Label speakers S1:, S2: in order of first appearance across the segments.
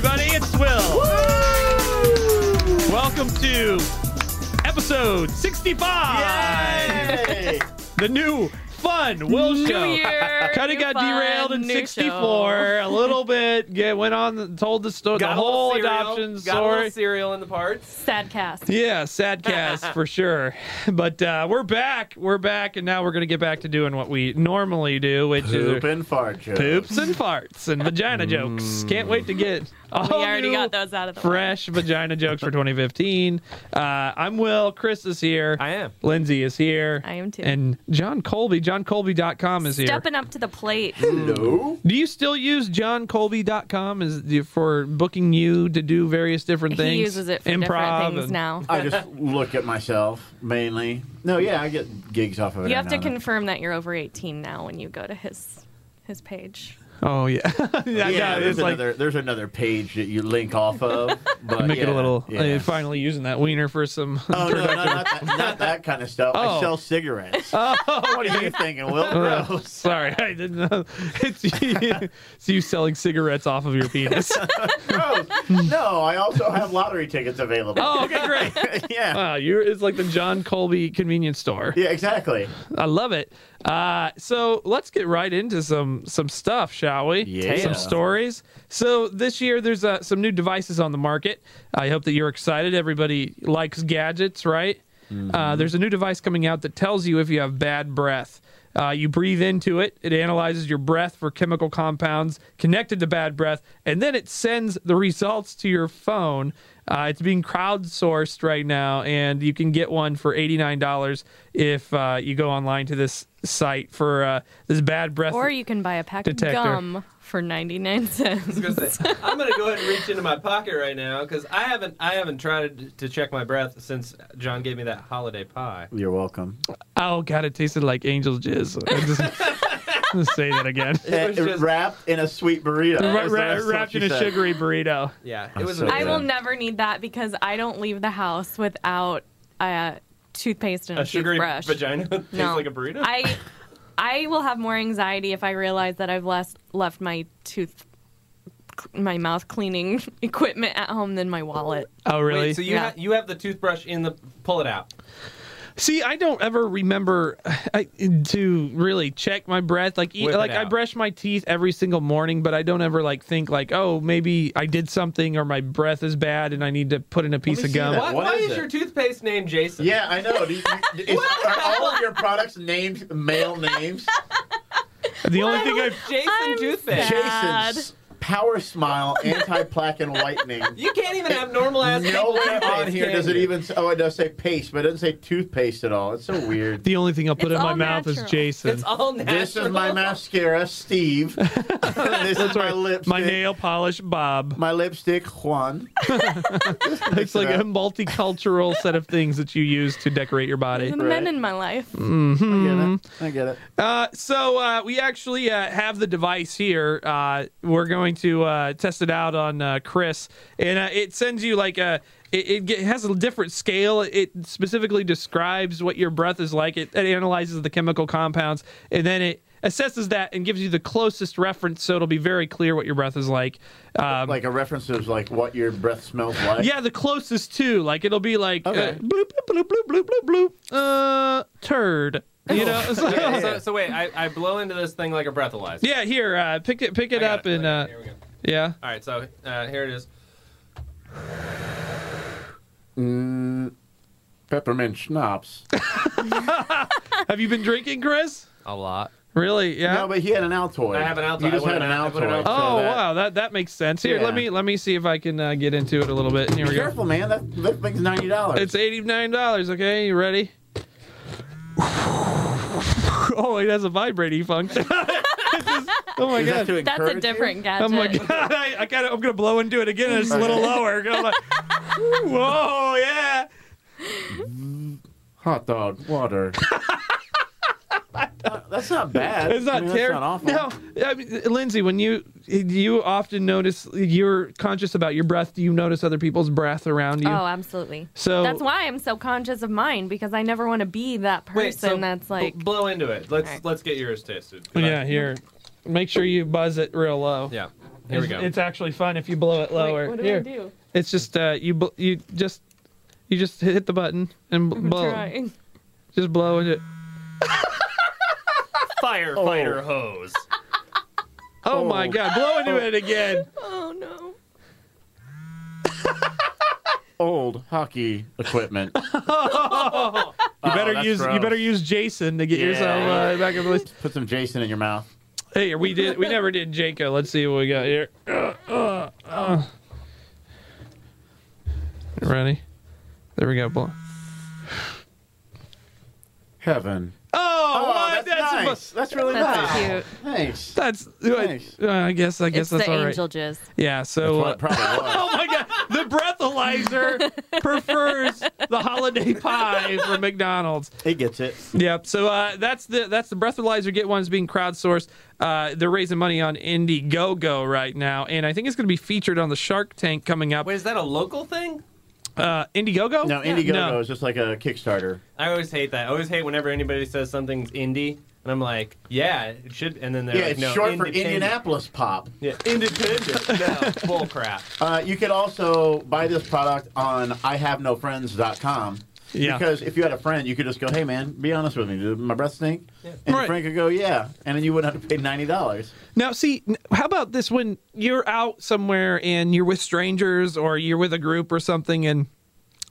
S1: Fayettesville. Welcome to episode 65.
S2: Yay!
S1: The new fun Will show.
S3: year,
S1: Kind of
S3: new
S1: got
S3: fun,
S1: derailed in
S3: new
S1: 64 a little bit. Yeah, went on and told the story, the
S2: Got a little
S1: whole
S2: cereal,
S1: adoption
S2: Got a little
S1: story.
S2: cereal in the parts.
S3: Sad cast.
S1: Yeah, sad cast for sure. But uh, we're back. We're back, and now we're going to get back to doing what we normally do, which is
S4: Poop and fart jokes.
S1: poops and farts and vagina jokes. Can't wait to get all
S3: We already
S1: new
S3: got those out of the way.
S1: fresh vagina jokes for 2015. Uh, I'm Will. Chris is here.
S2: I am.
S1: Lindsay is here.
S3: I am too.
S1: And John Colby, johncolby.com is here.
S3: Stepping up to the plate.
S4: Hello.
S1: Do you still use johncolby.com as the- for booking you to do various different things?
S3: He uses it for
S1: Improv
S3: different things
S1: and-
S3: now.
S4: I just look at myself mainly. No, yeah, I get gigs off of it.
S3: You have to
S4: every now and
S3: confirm that you're over 18 now when you go to his his page.
S1: Oh yeah,
S4: then.
S1: yeah.
S4: Yeah,
S1: no,
S4: there's
S1: it's like
S4: another there's another page that you link off of. But
S1: make it a
S4: yeah,
S1: little.
S4: yeah.
S1: uh, finally using that wiener for some.
S4: Oh no, no, not that, not that kind of stuff.
S1: Oh.
S4: I sell cigarettes.
S1: oh,
S4: what are you thinking, Will?
S1: Uh,
S4: Gross.
S1: sorry, I didn't know. It's, it's you selling cigarettes off of your penis.
S4: Gross. No, I also have lottery tickets available.
S1: oh, okay, great.
S4: yeah.
S1: Wow, you're it's like the John Colby convenience store.
S4: yeah, exactly.
S1: I love it. Uh, so let's get right into some some stuff, shall we?
S4: Yeah.
S1: Some stories. So this year there's uh, some new devices on the market. I hope that you're excited. Everybody likes gadgets, right? Uh, there's a new device coming out that tells you if you have bad breath. Uh, you breathe into it, it analyzes your breath for chemical compounds connected to bad breath, and then it sends the results to your phone. Uh, it's being crowdsourced right now, and you can get one for $89 if uh, you go online to this site for uh, this bad breath.
S3: Or you can buy a pack
S1: Detector.
S3: of gum for 99 cents.
S2: I was gonna say, I'm gonna go ahead and reach into my pocket right now because I haven't I haven't tried to check my breath since John gave me that holiday pie.
S4: You're welcome.
S1: oh, God, it tasted like angel's jizz. I just, I'm gonna say that again.
S2: It was
S4: Uh,
S2: just-
S4: wrapped in a sweet burrito.
S1: Wra-
S4: That's-
S1: wra-
S4: that's what
S1: wrapped
S4: she
S1: in a
S4: said.
S1: sugary burrito.
S2: Yeah, it
S4: I'm
S2: was.
S4: so
S2: amazing.
S3: I
S4: Yeah.
S3: will never need that because I don't leave the house without a uh, toothpaste and a,
S2: a sugary
S3: toothbrush.
S2: vagina tastes
S3: No.
S2: like a burrito.
S3: I I will have more anxiety if I realize that I've left left my tooth my mouth cleaning equipment at home than my wallet.
S1: Oh, really?
S2: Wait, so you
S3: Yeah.
S2: ha- you have the toothbrush in the pull it out.
S1: See, I don't ever remember I, to really check my breath. Like, e-
S2: Whip it
S1: like I
S2: out.
S1: brush my teeth every single morning, but I don't ever like think like, oh, maybe I did something or my breath is bad and I need to put in a piece
S4: me
S1: of
S4: see
S1: gum.
S4: that.
S2: Why,
S4: Uh, what
S2: why
S4: is
S2: is,
S4: it?
S2: your toothpaste named Jason?
S4: Yeah, I know. Do you, you- is, are all of your products named male names?
S1: The only thing I
S2: Jason
S3: I'm
S2: toothpaste.
S3: sad.
S4: Jason's Power Smile Anti Plaque and Whitening.
S2: You can't even have normal ass.
S4: No
S2: people
S4: one
S2: toothpaste,
S4: on here
S2: can
S4: does it
S2: you?
S4: even. Oh, it does say paste, but it doesn't say toothpaste at all. It's so weird.
S1: the only thing I'll put
S3: It's
S1: in my
S3: all
S1: mouth is
S3: natural.
S1: Jason.
S2: It's all natural.
S4: This is my mascara, Steve. this is my lipstick.
S1: my nail polish, Bob.
S4: My lipstick, Juan.
S1: It's like a multicultural set of things that you use to decorate your body. Mm-hmm.
S3: The men in my life.
S1: Mm.
S4: I get it. I get it.
S1: Uh, so uh, we actually uh, have the device here. Uh, we're going to uh, test it out on uh, Chris, and uh, it sends you like a. It, it ge- has a different scale. It specifically describes what your breath is like. It, it analyzes the chemical compounds, and then it assesses that and gives you the closest reference, so it'll be very clear what your breath is like. Um,
S4: Like a reference to like what your breath smells like.
S1: yeah, the closest to like it'll be like uh,
S4: Okay.
S1: bloop bloop bloop bloop bloop bloop uh, turd. You know, so-
S2: Yeah, so, so wait, I, I blow into this thing like a breathalyzer.
S1: Yeah, here, uh, pick it, pick
S2: I
S1: it
S2: got
S1: up, and
S2: I
S1: uh,
S2: got it. Here we go.
S1: yeah.
S2: All right, so uh, here it is.
S4: Mm, Peppermint schnapps.
S1: Have you been drinking, Chris?
S2: A lot.
S1: Really? Yeah.
S4: No, but he had an Altoid.
S2: I have an Altoid.
S4: You just
S2: I
S4: had an
S2: wouldn't- I wouldn't
S4: Altoid.
S2: know.
S1: oh
S4: so that-
S1: wow, that that makes sense. Here, let
S4: Yeah.
S1: me let me see if I can uh, get into it a little bit. Here
S4: Be
S1: we go.
S4: careful, man. That, that thing's ninety dollars.
S1: It's eighty nine dollars. Okay, you ready? oh, it has a vibrating function. It's just- oh my god.
S3: That's a different gadget.
S1: Oh my god! I, I gotta, I'm gonna blow into it again. And it's a little lower. Go like, whoa, yeah.
S4: hot dog water. that's not bad.
S1: It's not
S4: I mean, that's
S1: terrible.
S4: not awful.
S1: No, I mean, Lindsay, when you do you often notice you're conscious about your breath, do you notice other people's breath around you?
S3: Oh, absolutely.
S1: So-
S3: that's why I'm so conscious of mine because I never want to be that person
S2: Wait, so
S3: that's
S2: bl-
S3: like
S2: blow into it. Let's
S3: All right.
S1: Oh,
S2: let's get yours tasted.
S1: yeah, here. Make sure you buzz it real low.
S2: Yeah. Here we
S1: It's-
S2: go.
S1: It's actually fun if you blow it lower.
S3: Wait, what do
S1: Here.
S3: I do?
S1: It's just uh, you bl- you just you just hit the button and bl-
S3: I'm
S1: blow.
S3: trying.
S1: Just blow it.
S2: Firefighter hose.
S1: Oh,
S4: Oh.
S1: my god, blow into it again.
S3: Oh no.
S4: Old hockey equipment.
S1: You
S4: Oh,
S1: better
S4: that's
S1: use you
S4: gross.
S1: better use Jason to get
S4: Yeah.
S1: yourself uh, back in the list.
S4: Put some Jason in your mouth.
S1: Hey, we did we never did Jaco. Let's see what we got here. Uh, uh, uh. Ready? There we go. Blow.
S4: Heaven.
S1: Oh,
S4: Oh,
S1: what?
S4: that's, nice. That's really
S3: That's
S4: nice.
S3: cute.
S4: Thanks.
S1: That's
S4: Nice.
S1: uh, I guess I guess
S3: It's
S1: that's
S3: the
S1: all right.
S3: angel jizz.
S1: Yeah.
S4: That's
S1: So
S4: what it
S1: uh,
S4: probably was.
S1: oh my god, the breathalyzer prefers the holiday pie from McDonald's.
S4: He gets it.
S1: Yep. So uh, that's the that's the breathalyzer get ones being crowdsourced. Uh, they're raising money on Indiegogo right now, and I think it's going to be featured on the Shark Tank coming up.
S2: Wait, is that a local thing?
S1: Uh, Indiegogo?
S4: No, Indiegogo
S1: No.
S4: is just like a Kickstarter.
S2: I always hate that. I always hate whenever anybody says something's indie, and I'm like, yeah, it should. And then they're
S4: Yeah,
S2: like,
S4: it's
S2: no,
S4: short for
S2: independent.
S4: Indianapolis Pop.
S2: Yeah, independent. no, bull crap.
S4: Uh, you could also buy this product on IHaveNoFriends.com.
S1: Yeah.
S4: Because if you had a friend, you could just go, "Hey, man, be honest with me. Does my breath stink?"
S2: Yeah.
S4: And
S1: Right.
S4: your friend could go, "Yeah," and then you wouldn't have to pay ninety dollars.
S1: Now, see, n- how about this when you're out somewhere and you're with strangers or you're with a group or something and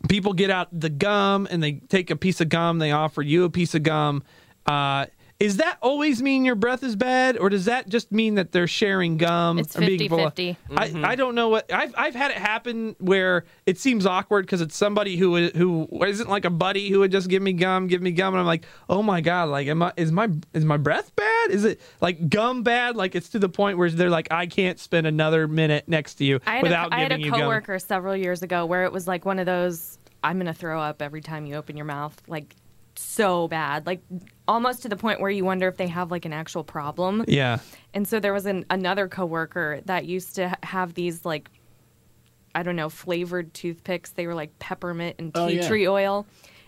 S1: people get out the gum and they take a piece of gum, they offer you a piece of gum. Uh, is that always mean your breath is bad or does that just mean that they're sharing gum?
S3: It's
S1: or being
S3: 50-50.
S1: full of- I, I don't know what I've, I've had it happen where it seems awkward because it's somebody who i- who isn't like a buddy who would just give me gum, give me gum, and I'm like, oh my god, like am I is my is my breath bad? Is it like gum bad? Like it's to the point where they're like, I can't spend another minute next to you
S3: I had,
S1: without
S3: a, I had
S1: giving
S3: a
S1: you gum.
S3: coworker several years ago where it was like one of those I'm gonna throw up every time you open your mouth, like so bad, like almost to the point where you wonder if they have like an actual problem.
S1: Yeah.
S3: And so there was an, another coworker that used to ha- have these like I don't know flavored toothpicks. They were like peppermint and tea
S4: Oh, yeah.
S3: tree oil,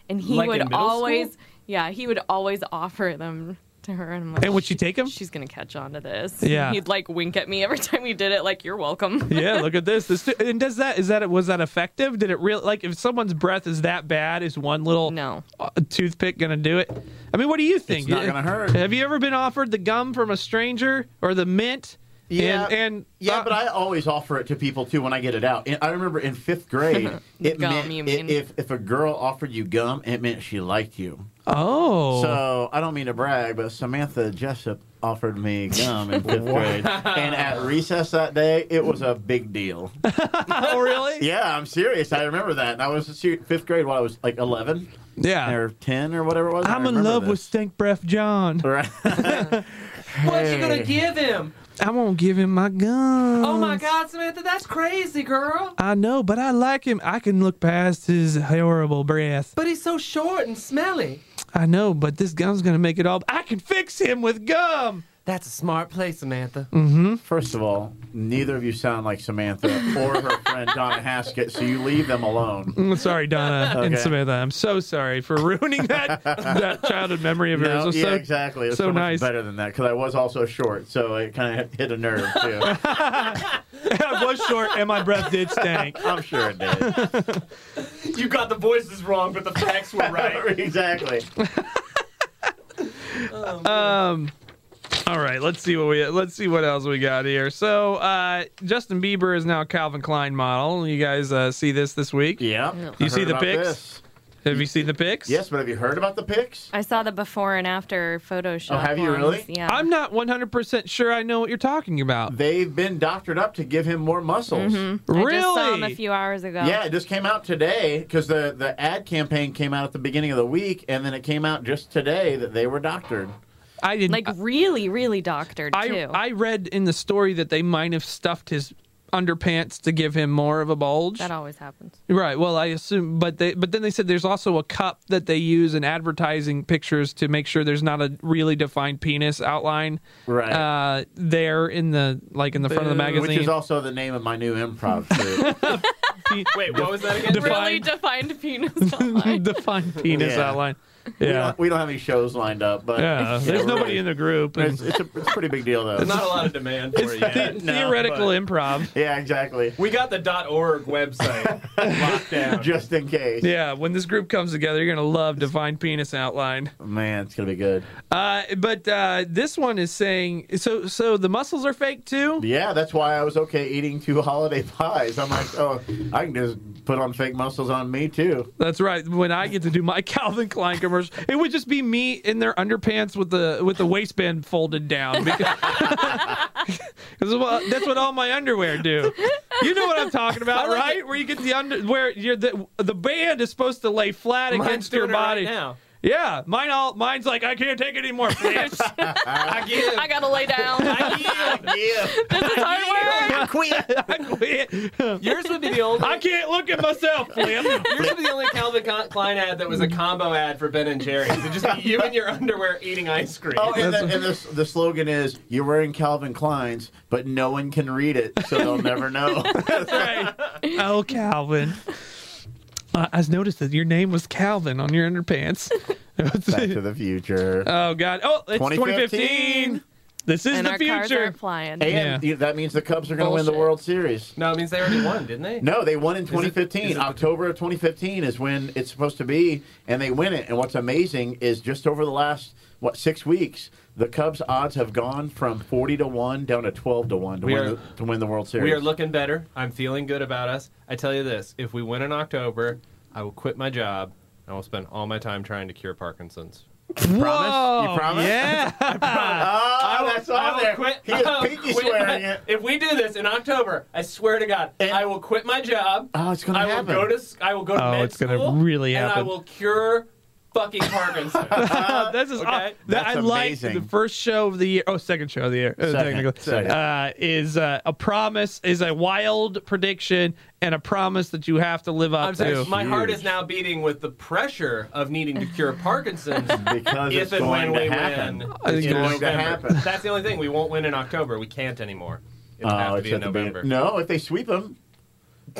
S3: and he
S2: Like in
S3: would
S2: middle
S3: always
S2: school?
S3: yeah he would always offer them to her. And, I'm like,
S1: And would she take 'em?
S3: She's gonna catch on to this.
S1: Yeah.
S3: he'd like wink at me every time he did it. Like you're welcome.
S1: yeah, look at this. This and does that is that was that effective? Did it real like if someone's breath is that bad, is one little
S3: No.
S1: uh, toothpick gonna do it? I mean, what do you think?
S4: It's not gonna hurt.
S1: Have you ever been offered the gum from a stranger or the mint?
S4: Yeah,
S1: and, and
S4: yeah,
S1: uh,
S4: but I always offer it to people too when I get it out. And I remember in fifth grade, it
S3: Gum,
S4: meant
S3: you
S4: i-
S3: mean.
S4: if if a girl offered you gum, it meant she liked you.
S1: oh,
S4: So I don't mean to brag, but Samantha Jessup offered me gum in fifth grade, and at recess that day, it was a big deal.
S1: oh really?
S4: Yeah, I'm serious. I remember that. And I was in se- fifth grade while I was like 11
S1: yeah.
S4: or 10 or whatever it was.
S1: I'm in love with Stink Breath John.
S4: with.
S2: What's she gonna give him?
S1: I won't give him my gum.
S2: Oh my God, Samantha, that's crazy, girl.
S1: I know, but I like him. I can look past his horrible breath.
S2: But he's so short and smelly.
S1: I know, but this gum's gonna make it all. I can fix him with gum.
S2: That's a smart play, Samantha.
S4: First of all, neither of you sound like Samantha or her friend Donna Haskett, so you leave them alone.
S1: I'm sorry, Donna and
S4: Okay.
S1: Samantha. I'm so sorry for ruining that that childhood memory of
S4: No,
S1: yours. It was
S4: yeah,
S1: so-
S4: exactly. It's
S1: so
S4: so, much
S1: nice.
S4: better than that because I was also short, so it kind of hit a nerve too.
S1: I was short, and my breath did stink.
S4: I'm sure it did.
S2: You got the voices wrong, but the facts were right.
S4: exactly.
S1: All right, let's see what we let's see what else we got here. So uh, Justin Bieber is now a Calvin Klein model. You guys uh, see this this week?
S4: Yeah.
S1: You see the pics? Have you seen the pics?
S4: Yes, but have you heard about the pics?
S3: I saw the before and after Photoshop.
S4: Oh, have you
S3: ones,
S4: really?
S3: Yeah.
S1: I'm not 100 percent sure I know what you're talking about.
S4: They've been doctored up to give him more muscles.
S3: Mm-hmm. I
S1: really?
S3: just saw him a few hours ago.
S4: Yeah, it just came out today because the, the ad campaign came out at the beginning of the week, and then it came out just today that they were doctored.
S1: I didn't.
S3: Like really, really doctored
S1: I
S3: too.
S1: I read in the story that they might have stuffed his underpants to give him more of a bulge.
S3: that always happens.
S1: Right. Well, I assume, but they, but then they said there's also a cup that they use in advertising pictures to make sure there's not a really defined penis outline.
S4: Right.
S1: Uh, there in the like in the front of the magazine.
S4: Which is also the name of my new improv troupe.
S2: Wait, what was that again?
S1: Defined-
S3: Really defined penis. outline.
S1: defined penis
S4: Yeah.
S1: outline.
S4: We,
S1: Yeah.
S4: don't, we don't have any shows lined up, but
S1: Yeah, there's
S4: we're
S1: nobody
S4: really-
S1: in the group. and
S4: It's, it's, a, it's a pretty big deal, though.
S2: There's not a lot of demand for it
S1: the-
S2: yet.
S1: theoretical
S2: but
S1: improv.
S4: yeah, exactly.
S2: We got the .org website locked down.
S4: Just in case.
S1: Yeah, when this group comes together, you're gonna love Divine Penis Outline.
S4: Man, it's gonna be good.
S1: Uh, but uh, this one is saying so. So the muscles are fake too.
S4: Yeah, that's why I was okay eating two holiday pies. I'm like, oh, I can just put on fake muscles on me too.
S1: That's right. When I get to do my Calvin Klein commercial, it would just be me in their underpants with the with the waistband folded down because 'cause, well, that's what all my underwear do. You know what I'm talking about, right? Where you get the under where you're the the band is supposed to lay flat
S2: Mine's
S1: against your
S2: doing it right
S1: body.
S2: now.
S1: Yeah, mine all mine's like I can't take it anymore. Flips.
S2: I give.
S3: I gotta lay down.
S2: I
S4: Yeah.
S3: this is hard work.
S1: I quit.
S2: give. Yours would be the only.
S1: I can't look at myself, Flip.
S2: Yours would be the only Calvin Con- Klein ad that was a combo ad for Ben and Jerry's. It'd just be you in your underwear eating ice cream.
S4: Oh, and, the, and the, the slogan is "You're wearing Calvin Klein's, but no one can read it, so they'll never know."
S1: Right. Oh, Calvin. Uh, I noticed that your name was Calvin on your underpants.
S4: Back to the future.
S1: oh God! Oh, it's
S4: 2015.
S1: 2015. This is
S3: And
S1: the
S3: our cars
S1: future.
S3: aren't flying.
S4: and
S1: Yeah.
S4: that means the Cubs are going to win the
S3: Bullshit.
S4: World Series.
S2: No, it means they already won, didn't they?
S4: No, they won in
S2: is
S4: 2015.
S2: it the-
S4: October of 2015 is when it's supposed to be, and they win it. And what's amazing is just over the last what six weeks, the Cubs' odds have gone from 40 to one down to 12 to one to,
S2: We
S4: win,
S2: are-
S4: the, to win the World Series.
S2: We are looking better. I'm feeling good about us. I tell you this: if we win in October, I will quit my job and I will spend all my time trying to cure Parkinson's.
S1: Whoa!
S4: promise? You promise?
S1: Yeah.
S4: Oh,
S2: will-
S4: that's on
S2: I will
S4: there.
S2: quit-
S4: He is
S2: I will
S4: pinky
S2: quit
S4: swearing
S2: my-
S4: it.
S2: If we do this in October, I swear to God,
S4: And-
S2: I will quit my job.
S4: Oh, it's gonna
S2: I will
S4: happen.
S2: go to. s- I will go to
S1: Oh,
S2: med
S1: it's gonna
S2: school,
S1: really
S2: And I
S1: happen.
S2: will cure fucking Parkinson's.
S1: this is
S2: Okay.
S1: aw- that
S4: That's
S1: I like the
S4: amazing.
S1: first show of the year. Oh, second show of the year. uh,
S4: Second,
S1: technically,
S4: second.
S1: Uh, is uh, a promise is a wild prediction and a promise that you have to live up
S2: I'm
S1: to.
S2: sorry, my
S4: Huge.
S2: heart is now beating with the pressure of needing to cure Parkinson's.
S4: because
S2: If
S4: it's
S2: and
S4: going
S2: when
S4: to
S2: we
S4: happen.
S2: win,
S1: I think
S4: It's
S1: it
S4: going
S1: is.
S4: to
S2: November.
S4: happen.
S2: That's the only thing. We won't win in October. We can't anymore. It'll
S4: Oh,
S2: have to
S4: it's
S2: be in
S4: at the
S2: November.
S4: beginning. no, if they sweep them,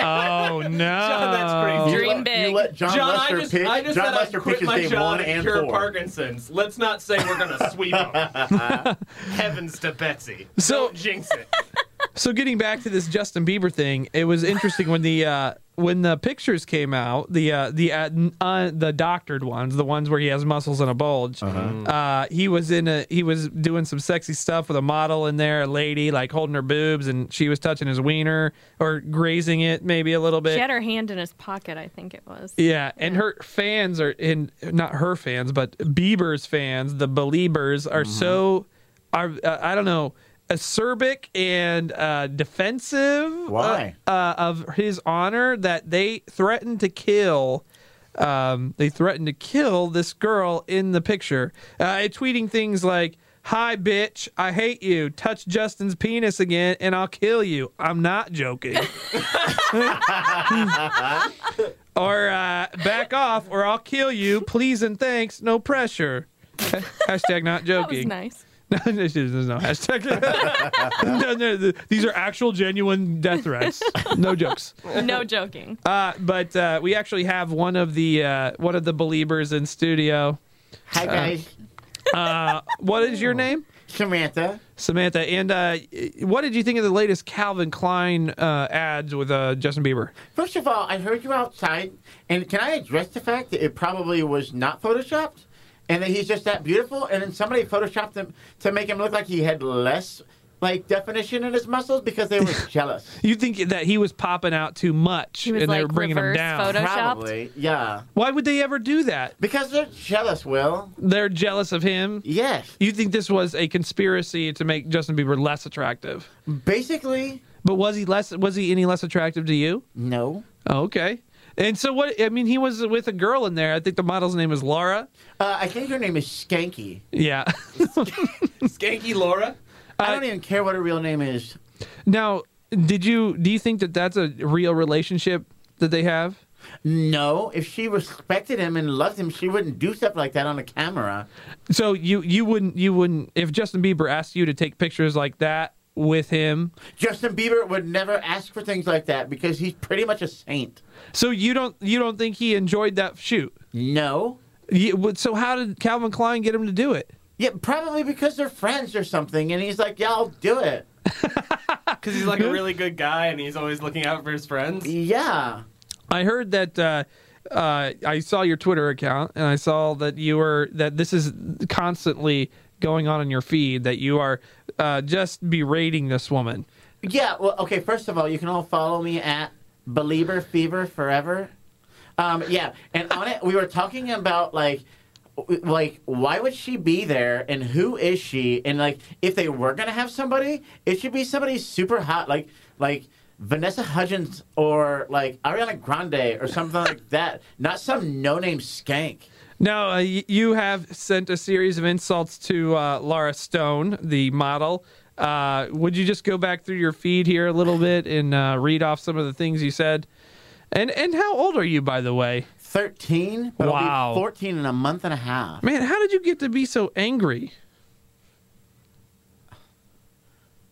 S1: oh no!
S2: that's crazy.
S3: Dream
S4: you
S3: big.
S4: let John,
S2: John,
S4: Lester
S2: I just,
S4: pitch.
S2: I just
S4: John
S2: said
S4: Lester
S2: I quit
S4: pitches
S2: my
S4: game
S2: job
S4: one
S2: to
S4: and
S2: cure
S4: four.
S2: Parkinson's. Let's not say we're gonna sweep them. Heavens to Betsy.
S1: So-
S2: Don't jinx it.
S1: So getting back to this Justin Bieber thing, it was interesting when the uh, when the pictures came out, the uh, the uh, n- uh, the doctored ones, the ones where he has muscles and a bulge. uh he was in a he was doing some sexy stuff with a model in there, a lady like holding her boobs, and she was touching his wiener or grazing it maybe a little bit.
S3: She had her hand in his pocket, I think it was.
S1: Yeah, and her fans are in not her fans, but Bieber's fans, the believers are so are uh, I don't know acerbic and uh, defensive.
S4: Why?
S1: uh, uh, of his honor that they threatened to kill. Um, they threatened to kill this girl in the picture. Uh, tweeting things like. Hi, bitch. I hate you. Touch Justin's penis again and I'll kill you. I'm not joking or uh, back off, or I'll kill you. Please and thanks, no pressure. hashtag not
S3: That was
S1: joking.
S3: nice.
S1: No, there's no hashtag. no, no, th- these are actual, genuine death threats. No jokes.
S3: No joking.
S1: Uh, but uh, we actually have one of the uh, one of the believers in studio.
S4: Hi guys,
S1: Uh, what is your name,
S4: Samantha.
S1: Samantha? And uh, what did you think of the latest Calvin Klein uh, ads with uh, Justin Bieber?
S4: First of all, I heard you outside, and can I address the fact that it probably was not photoshopped, and that he's just that beautiful, and then somebody photoshopped him to make him look like he had less like definition in his muscles because they were jealous.
S1: You think that he was popping out too much,
S3: He was,
S1: and they
S3: like,
S1: were bringing him
S3: reverse
S1: down?
S3: photo- Photoshopped?
S4: Probably, yeah.
S1: Why would they ever do that?
S4: Because they're jealous, Will.
S1: they're jealous of him.
S4: Yes.
S1: You think this was a conspiracy to make Justin Bieber less attractive?
S4: Basically,
S1: But was he less? Was he any less attractive to you?
S4: no.
S1: Oh, okay. And so what? I mean, he was with a girl in there. I think the model's name is Laura.
S4: Uh, I think her name is Skanky.
S1: Yeah.
S2: Skanky Laura.
S4: I don't even care what her real name is.
S1: now, did you do you think that that's a real relationship that they have?
S4: No, if she respected him and loved him, she wouldn't do stuff like that on a camera.
S1: So you you wouldn't you wouldn't if Justin Bieber asked you to take pictures like that with him.
S4: Justin Bieber would never ask for things like that because he's pretty much a saint.
S1: So you don't you don't think he enjoyed that shoot?
S4: No.
S1: Yeah, but- so how did Calvin Klein get him to do it?
S4: Yeah, probably because they're friends or something. And he's like, yeah, I'll do it.
S2: Because he's like a really good guy and he's always looking out for his friends.
S4: Yeah.
S1: I heard that uh, uh, I saw your Twitter account, and I saw that you were that this is constantly going on in your feed that you are uh, just berating this woman.
S4: Yeah, well, okay, first of all, you can all follow me at Belieber Fever Forever. Um, yeah, and on it, we were talking about, like, w- like why would she be there and who is she and like if they were gonna have somebody it should be somebody super hot like like vanessa hudgens or like ariana grande or something like that not some no-name skank
S1: Now, uh, y- you have sent a series of insults to uh, Laura Stone, the model. Uh, would you just go back through your feed here a little bit and uh, read off some of the things you said? And and how old are you, by the way?
S4: 13 but it'll be
S1: Wow.
S4: 14 in a month and a half
S1: Man, how did you get to be so angry?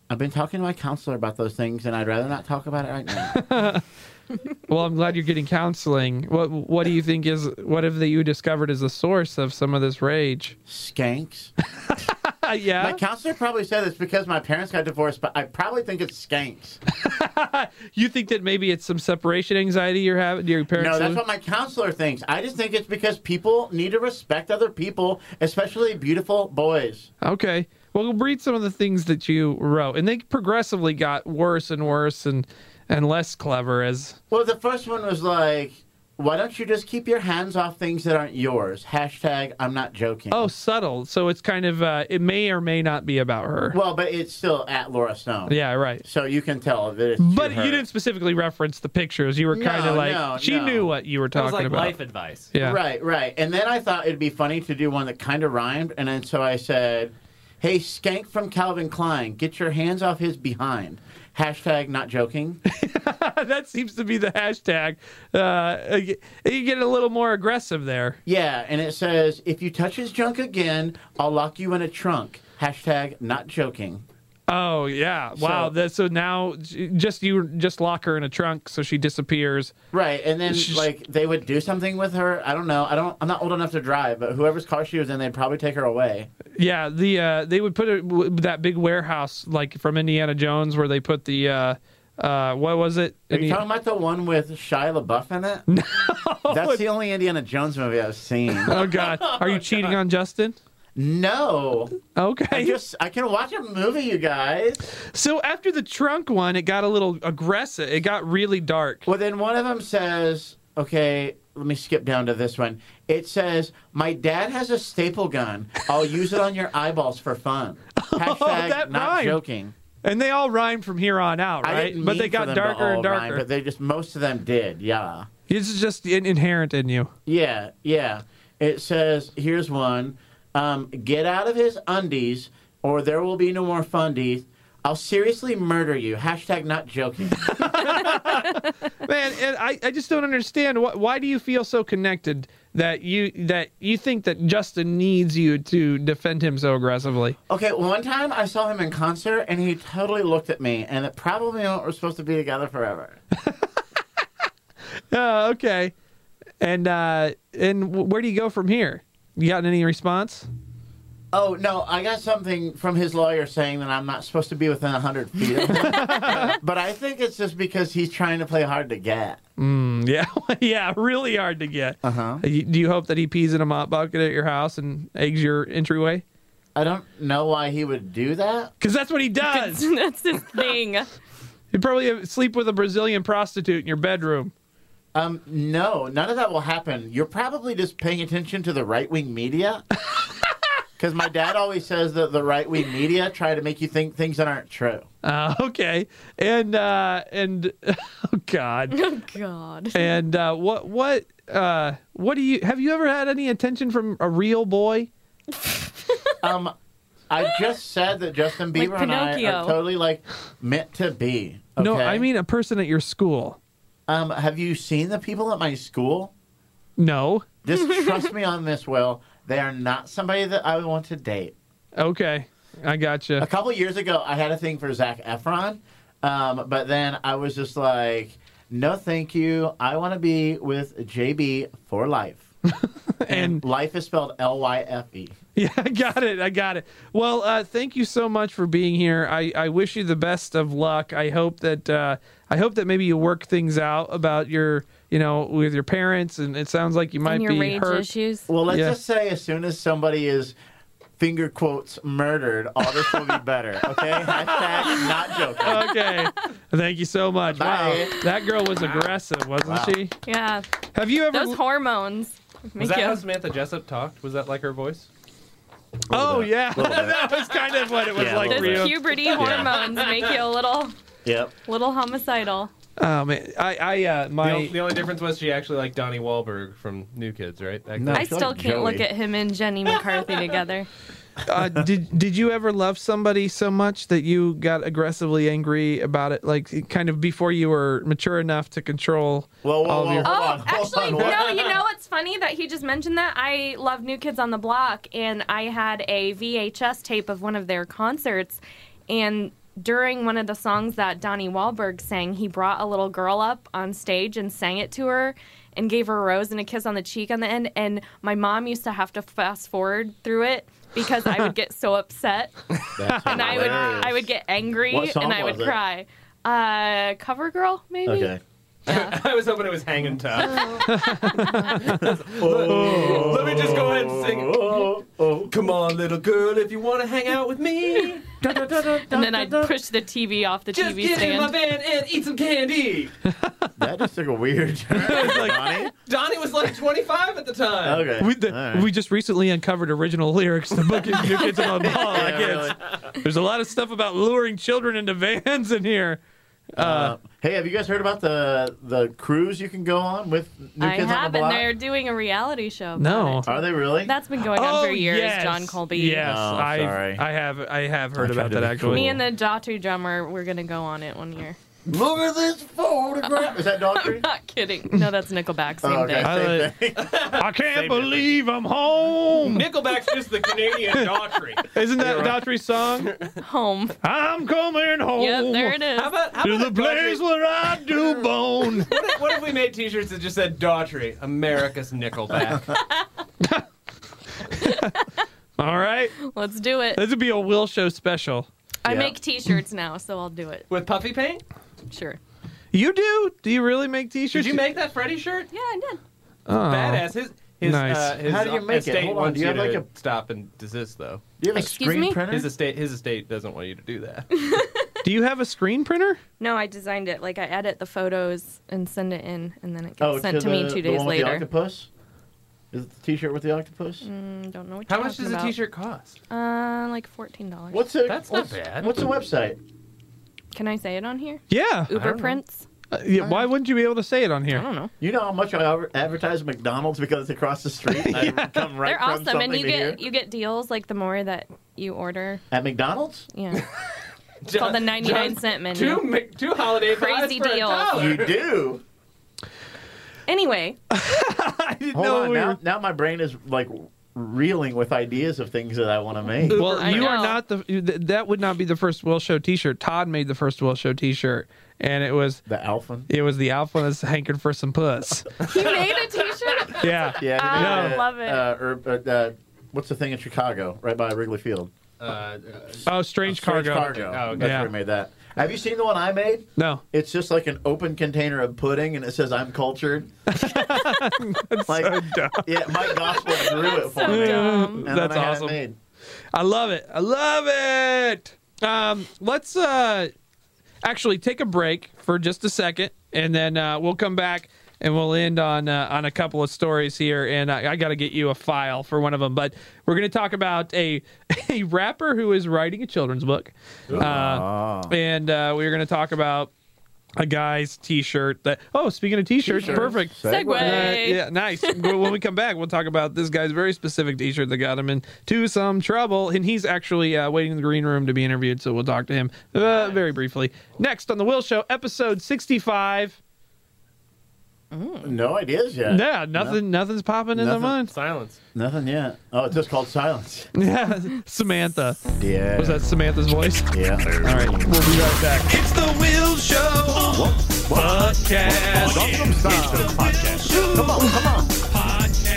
S4: i've been talking to my counselor about those things and i'd rather not talk about it right now
S1: Well, I'm glad you're getting counseling. What what do you think is what have you discovered is the source of some of this rage?
S4: skanks My
S1: yeah,
S4: counselor probably said it's because my parents got divorced, but I probably think it's skanks.
S1: you think that maybe it's some separation anxiety you're having? Your parents?
S4: No, that's
S1: live-
S4: what my counselor thinks. I just think it's because people need to respect other people, especially beautiful boys.
S1: Okay. Well, we'll read some of the things that you wrote, and they progressively got worse and worse and and less clever as
S4: Well, the first one was like, why don't you just keep your hands off things that aren't yours? Hashtag, I'm not joking.
S1: oh subtle. So it's kind of uh, it may or may not be about her.
S4: Well, but it's still at Laura Stone.
S1: yeah, right.
S4: So you can tell that it's. to
S1: But
S4: her.
S1: you didn't specifically reference the pictures. You were kind
S4: No,
S1: of like
S4: no,
S1: she
S4: no.
S1: knew what you were
S2: That
S1: talking
S2: was like
S1: about.
S2: life advice.
S1: Yeah.
S4: Right, right. And then I thought it'd be funny to do one that kind of rhymed, and then so I said, "Hey, skank from Calvin Klein, get your hands off his behind." Hashtag not joking.
S1: that seems to be the hashtag. Uh, you get a little more aggressive there.
S4: yeah, and it says, "If you touch his junk again, I'll lock you in a trunk." Hashtag not joking.
S1: Oh yeah! Wow.
S4: So-
S1: that, so now, j- just you just lock her in a trunk so she disappears.
S4: Right, and then
S1: Sh-
S4: like they would do something with her. I don't know. I don't. I'm not old enough to drive, but whoever's car she was in, they'd probably take her away.
S1: Yeah, the uh, they would put a, w- that big warehouse like from Indiana Jones where they put the uh, uh, what was it?
S4: Are you
S1: Indi-
S4: talking about the one with Shia LaBeouf in it? No, that's the only Indiana Jones movie I've seen.
S1: oh God! Are you cheating on Justin?
S4: No. I
S1: Okay.
S4: just I can watch a movie, you guys.
S1: so after the trunk one, it got a little aggressive. It got really dark.
S4: Well, then one of them says, "Okay, let me skip down to this one." It says, "My dad has a staple gun. I'll use it on your eyeballs for fun." Hashtag
S1: Oh, that
S4: not
S1: rhymed.
S4: joking.
S1: And they all rhymed from here on out,
S4: I
S1: right?
S4: didn't
S1: But
S4: mean
S1: they
S4: for
S1: got
S4: them to
S1: darker
S4: all
S1: and
S4: rhyme,
S1: darker.
S4: but they just most of them did. Yeah,
S1: It's just in- inherent in you.
S4: yeah, yeah. It says, "Here's one: um, Get out of his undies, or there will be no more fundies." I'll seriously murder you. Hashtag not joking.
S1: Man, and I, I just don't understand why, why do you feel so connected that you that you think that Justin needs you to defend him so aggressively?
S4: Okay, one time I saw him in concert and he totally looked at me, and it probably meant we're supposed to be together forever.
S1: Oh, okay. And uh and w- where do you go from here? You gotten any response?
S4: Oh no, I got something from his lawyer saying that I'm not supposed to be within hundred feet. Of him. but I think it's just because he's trying to play hard to get.
S1: Mm, yeah, yeah, really hard to get.
S4: Uh huh.
S1: You- Do you hope that he pees in a mop bucket at your house and eggs your entryway?
S4: I don't know why he would do that.
S1: Because that's what he does.
S3: That's his thing.
S1: You probably sleep with a Brazilian prostitute in your bedroom.
S4: Um, no, none of that will happen. You're probably just paying attention to the right wing media. Because my dad always says that the right wing media try to make you think things that aren't true.
S1: Uh, okay, and uh, and oh god.
S3: Oh God.
S1: And uh, what what uh, what do you have you ever had any attention from a real boy?
S4: Um, I just said that Justin
S3: Like
S4: Bieber and I are
S3: Pinocchio.
S4: totally like meant to be. Okay?
S1: No, I mean a person at your school.
S4: um, have you seen the people at my school?
S1: No.
S4: Just trust me on this, Will. They are not somebody that I would want to date.
S1: Okay, I
S4: A
S1: gotcha.
S4: couple years ago, I had a thing for Zach Efron, um, but then I was just like, no, thank you. I want to be with JB for life.
S1: and
S4: Life is spelled L Y F E.
S1: yeah, I got it. I got it. Well, uh, thank you so much for being here. I, I wish you the best of luck. I hope that uh, I hope that maybe you work things out about your you know with your parents, and it sounds like you might
S3: and your
S1: be
S3: rage
S1: hurt.
S3: issues.
S4: Well, let's
S1: Yeah.
S4: just say as soon as somebody is finger quotes murdered, all this will be better. Okay? Hashtag not joking.
S3: Uh,
S1: Okay, thank you so much.
S4: Bye.
S1: Wow, that girl was aggressive, wasn't
S4: Wow.
S1: she?
S3: yeah,
S1: Have you ever?
S3: those hormones.
S2: Was
S3: Make
S2: that
S3: you-
S2: how Samantha Jessup talked? Was that like her voice?
S1: oh
S4: bit.
S1: yeah,
S4: Little bit.
S1: that was kind of what it was
S4: Yeah,
S1: like
S4: little
S1: for
S4: bit.
S1: you.
S3: those puberty hormones make you a little,
S4: Yep.
S3: little homicidal.
S1: Oh man, I I uh,
S2: The,
S1: my
S2: on- the only difference was she actually liked Donnie Wahlberg from New Kids, right? Back
S4: No.
S2: then.
S3: I
S4: feel
S3: still
S4: like
S3: can't look
S4: Joey.
S3: at him and Jenny McCarthy together.
S1: uh, did did you ever love somebody so much that you got aggressively angry about it, like kind of before you were mature enough to control?
S4: Whoa, whoa,
S1: All of
S4: whoa.
S1: your-
S4: hold
S3: Oh,
S4: on, hold
S3: actually,
S4: on, hold
S3: no.
S4: on.
S3: You know what's funny that he just mentioned that? I love New Kids on the Block, and I had a VHS tape of one of their concerts, and during one of the songs that Donnie Wahlberg sang, he brought a little girl up on stage and sang it to her. And gave her a rose and a kiss on the cheek on the end. And my mom used to have to fast forward through it because I would get so upset
S4: That's
S3: and I would
S4: hilarious.
S3: I would get angry
S4: What song
S3: and I would
S4: was it?
S3: cry. Uh, cover girl, maybe.
S4: Okay.
S2: I was hoping it was hanging tough.
S4: Oh,
S2: Let me just go ahead and sing.
S4: oh, oh.
S2: Come on, little girl, if you want to hang out with me,
S3: And then I'd push the TV off the
S2: just
S3: TV
S2: get in my
S3: stand.
S2: van and eat some candy.
S4: That just took a weird turn. Bonnie?
S2: Donnie was like 25 at the time.
S4: Okay.
S1: We, the,
S4: All right.
S1: we just recently uncovered original lyrics to book New Kids on the Block.
S4: Yeah, really.
S1: There's a lot of stuff about luring children into vans in here.
S4: Uh, hey, have you guys heard about the the cruise you can go on with New
S3: I
S4: Kids on
S3: have,
S4: the
S3: and
S4: Block?
S3: they're doing a reality show. about
S1: No.
S3: it.
S4: Are they really?
S3: that's been going
S2: Oh,
S3: on for years.
S1: Oh, yes.
S3: John Colby.
S1: Yes,
S4: Oh,
S1: I
S4: sorry.
S1: I have I have heard
S4: I tried
S1: about
S4: to
S1: that
S4: be
S1: actually.
S3: Me and the Jatu drummer, we're gonna go on it one year.
S4: Look at this photograph. Is that
S3: I'm
S4: Daughtry?
S3: not kidding. No, that's Nickelback. Same
S4: Oh, okay.
S3: thing.
S1: I
S4: Same
S1: like-
S4: thing.
S1: I can't
S4: Same difference.
S1: believe I'm home.
S2: Nickelback's just the Canadian Daughtry.
S1: Isn't that Daughtry's song?
S3: Home.
S1: I'm coming home.
S3: Yep, there it is.
S2: How about, how
S1: To
S2: about
S1: the
S2: a
S1: place
S2: Daughtry-
S1: where I do bone.
S2: What if, what if we made T-shirts that just said Daughtry, America's Nickelback?
S1: All right.
S3: Let's do it.
S1: This would be a Will Show special.
S3: I
S4: Yeah.
S3: make T-shirts now, so I'll do it.
S2: With puffy paint?
S3: Sure.
S1: You do? Do you really make t shirts?
S2: Did you make that Freddy shirt?
S3: Yeah, I did.
S1: oh.
S2: Badass. His, his,
S1: Nice.
S2: uh, his
S4: How do you make it?
S2: estate
S4: Hold on,
S2: wants
S4: do you have,
S2: to
S4: like, a-
S2: stop and desist, though.
S4: Do you have a
S3: Excuse
S4: screen
S3: me?
S4: printer?
S2: His estate, his estate doesn't want you to do that.
S1: Do you have a screen printer?
S3: No, I designed it. Like I edit the photos and send it in, and then it gets
S4: oh,
S3: sent to, me
S4: the-
S3: two
S4: the
S3: days
S4: one with The
S3: later.
S4: octopus? Is it the T-shirt with the octopus?
S3: Mm, don't know what
S2: How
S3: you're
S2: much
S3: talking
S2: does a
S3: about.
S2: T-shirt cost?
S3: Uh, like fourteen dollars.
S4: What's a,
S2: That's not
S4: what's,
S2: bad.
S4: What's the website?
S3: Can I say it on here?
S1: Yeah.
S3: Uber
S2: know.
S3: prints.
S1: Uh, yeah, why wouldn't you be able to say it on
S3: I
S1: here?
S3: don't know.
S4: You know how much I adver- advertise McDonald's because it's across the street. and I come right
S3: They're
S4: from
S3: awesome,
S4: something
S3: and you
S4: to
S3: get
S4: here.
S3: you get deals like the more that you order.
S4: at McDonald's.
S3: Yeah, it's called the ninety nine cent menu.
S2: Two, mi- two holiday
S3: Crazy
S2: pies for a
S3: deals.
S2: dollar.
S4: You do.
S3: Anyway,
S1: I didn't
S4: Hold
S1: know
S4: on.
S1: we
S4: Now,
S1: were-
S4: now my brain is like reeling with ideas of things that I want to make.
S2: Ooh.
S1: Well,
S2: I
S1: you are
S3: know.
S1: not the. you- th- That would not be the first Will Show T-shirt. Todd made the first Will Show T-shirt, and it was
S4: The Alpha.
S1: it was the alpha that's hankered for some puss.
S3: he made a T shirt.
S1: Yeah,
S4: Yeah. they
S3: I
S4: made it at,
S3: Ah, love it.
S4: Uh, Ur- uh, uh, what's the thing in Chicago, right by Wrigley Field?
S2: Uh, uh,
S1: Oh, strange cargo.
S4: Cargo.
S2: Oh, okay.
S4: That's
S1: Yeah.
S4: where I made that. Have you seen the one I made?
S1: No,
S4: It's just like an open container of pudding, and it says "I'm cultured." like, yeah, my gospel drew it for
S3: so
S4: me.
S3: dumb.
S4: And
S1: that's
S4: then I had it
S1: awesome.
S4: made.
S1: I love it. I love it. Um, let's uh, actually take a break for just a second, and then uh, we'll come back and we'll end on uh, on a couple of stories here. And I, I got to get you a file for one of them, but we're going to talk about a a rapper who is writing a children's book,
S4: Uh-huh.
S1: uh, and uh, we're going to talk about a guy's T-shirt. That oh, speaking of T-shirts,
S4: T-shirts.
S1: perfect.
S3: Segway.
S1: Uh, yeah, nice. Well, when we come back, we'll talk about this guy's very specific T-shirt that got him into some trouble, and he's actually uh, waiting in the green room to be interviewed. So we'll talk to him uh, very briefly next on the Will Show, episode sixty-five.
S4: No ideas yet.
S1: Yeah, nothing, nothing's popping in the
S4: Nothing.
S1: mind.
S2: silence.
S4: Nothing yet. Oh, it's just called silence.
S1: Yeah, Samantha.
S4: Yeah.
S1: Was that Samantha's voice?
S4: Yeah.
S1: All right, we'll be right back.
S5: It's the Will Show podcast.
S4: Welcome, silence.
S5: Come on, come on. Podcast.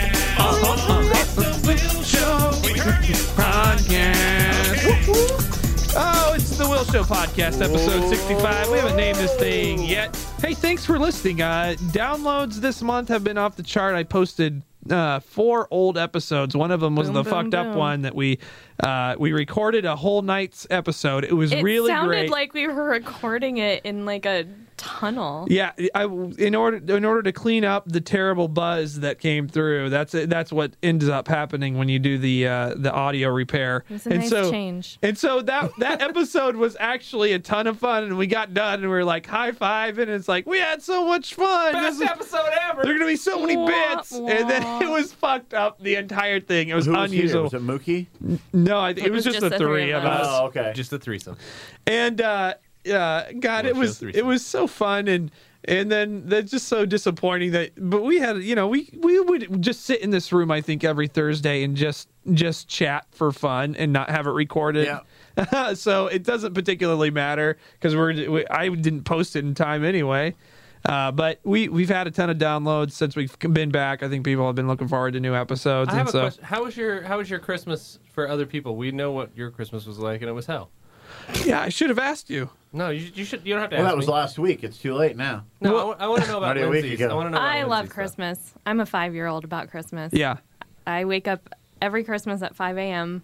S1: It's the Will Show podcast. Oh, it's the Will Show podcast, episode 65. We haven't named this thing yet. Hey, thanks for listening. Uh, downloads this month have been off the chart. I posted uh, four old episodes. One of them was
S3: Boom,
S1: the
S3: boom,
S1: fucked up
S3: boom.
S1: one that we uh, we recorded a whole night's episode. It was
S3: It
S1: really
S3: sounded
S1: great.
S3: like we were recording it in like a tunnel.
S1: Yeah, I in order in order to clean up the terrible buzz that came through. That's that's what ends up happening when you do the uh, the audio repair.
S3: It was a
S1: and
S3: nice
S1: so
S3: change.
S1: and so that that episode was actually a ton of fun, and we got done, and we were like high five, and it's like we had so much fun. This
S2: Best
S1: is-
S2: episode ever.
S1: there are gonna be so many
S3: Wah,
S1: bits, and then it
S3: wah.
S1: was fucked up the entire thing. It was
S4: Who was here?
S1: unusual.
S4: Was it Mookie?
S1: no, I, it, was just, the three, of us
S4: Oh, okay.
S2: Just the threesome.
S1: and uh, uh, God, it
S2: Well,
S1: was
S2: she was
S1: it was so fun, and and then that's just so disappointing that. But we had, you know, we we would just sit in this room, I think, every Thursday and just just chat for fun and not have it recorded. so it doesn't particularly matter because we're we, I didn't post it in time anyway. Uh, but we we've had a ton of downloads since we've been back. I think people have been looking forward to new episodes.
S2: I have
S1: and
S2: a
S1: so,
S2: question. How was your How was your Christmas for other people? We know what your Christmas was like, and it was hell.
S1: yeah, I should have asked you.
S2: No, you, you should. You don't have to
S4: Well,
S2: ask
S4: that was
S2: me.
S4: last week. It's too late now.
S2: No, I, want to know about
S4: Already a week
S2: Lindsay's.
S4: ago.
S2: I want to know. About
S3: I love
S2: Lindsay's, though.
S3: Christmas. I'm a five year old about Christmas.
S1: Yeah,
S3: I wake up every Christmas at 5 a.m.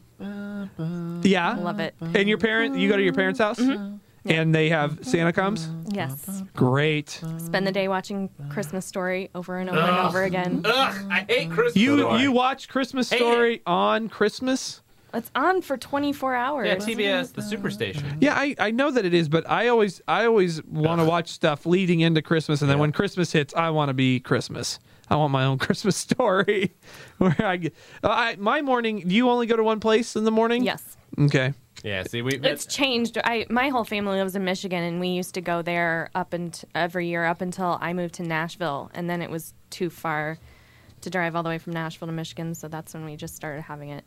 S1: yeah.
S3: I love it. Mm-hmm.
S1: And your parent, you go to your parents' house, and they have Santa comes.
S3: Yes.
S1: Great.
S3: Spend the day watching Christmas Story over and over and
S2: Ugh.
S3: over again.
S2: Ugh, I hate Christmas.
S1: You
S4: do I.
S1: you watch Christmas
S2: Hate
S1: Story on Christmas?
S3: It's on for 24 hours.
S2: yeah, TBS, the superstation.
S1: Yeah, I, I know that it is, but I always I always want to watch stuff leading into Christmas, and then when Christmas hits, I want to be Christmas. I want my own Christmas story. Where I, get, I my morning. Do you only go to one place in the morning?
S3: Yes.
S1: Okay.
S2: Yeah, see, we.
S3: It's changed. I my whole family lives in Michigan, and we used to go there up and every year up until I moved to Nashville, and then it was too far to drive all the way from Nashville to Michigan, so that's when we just started having it.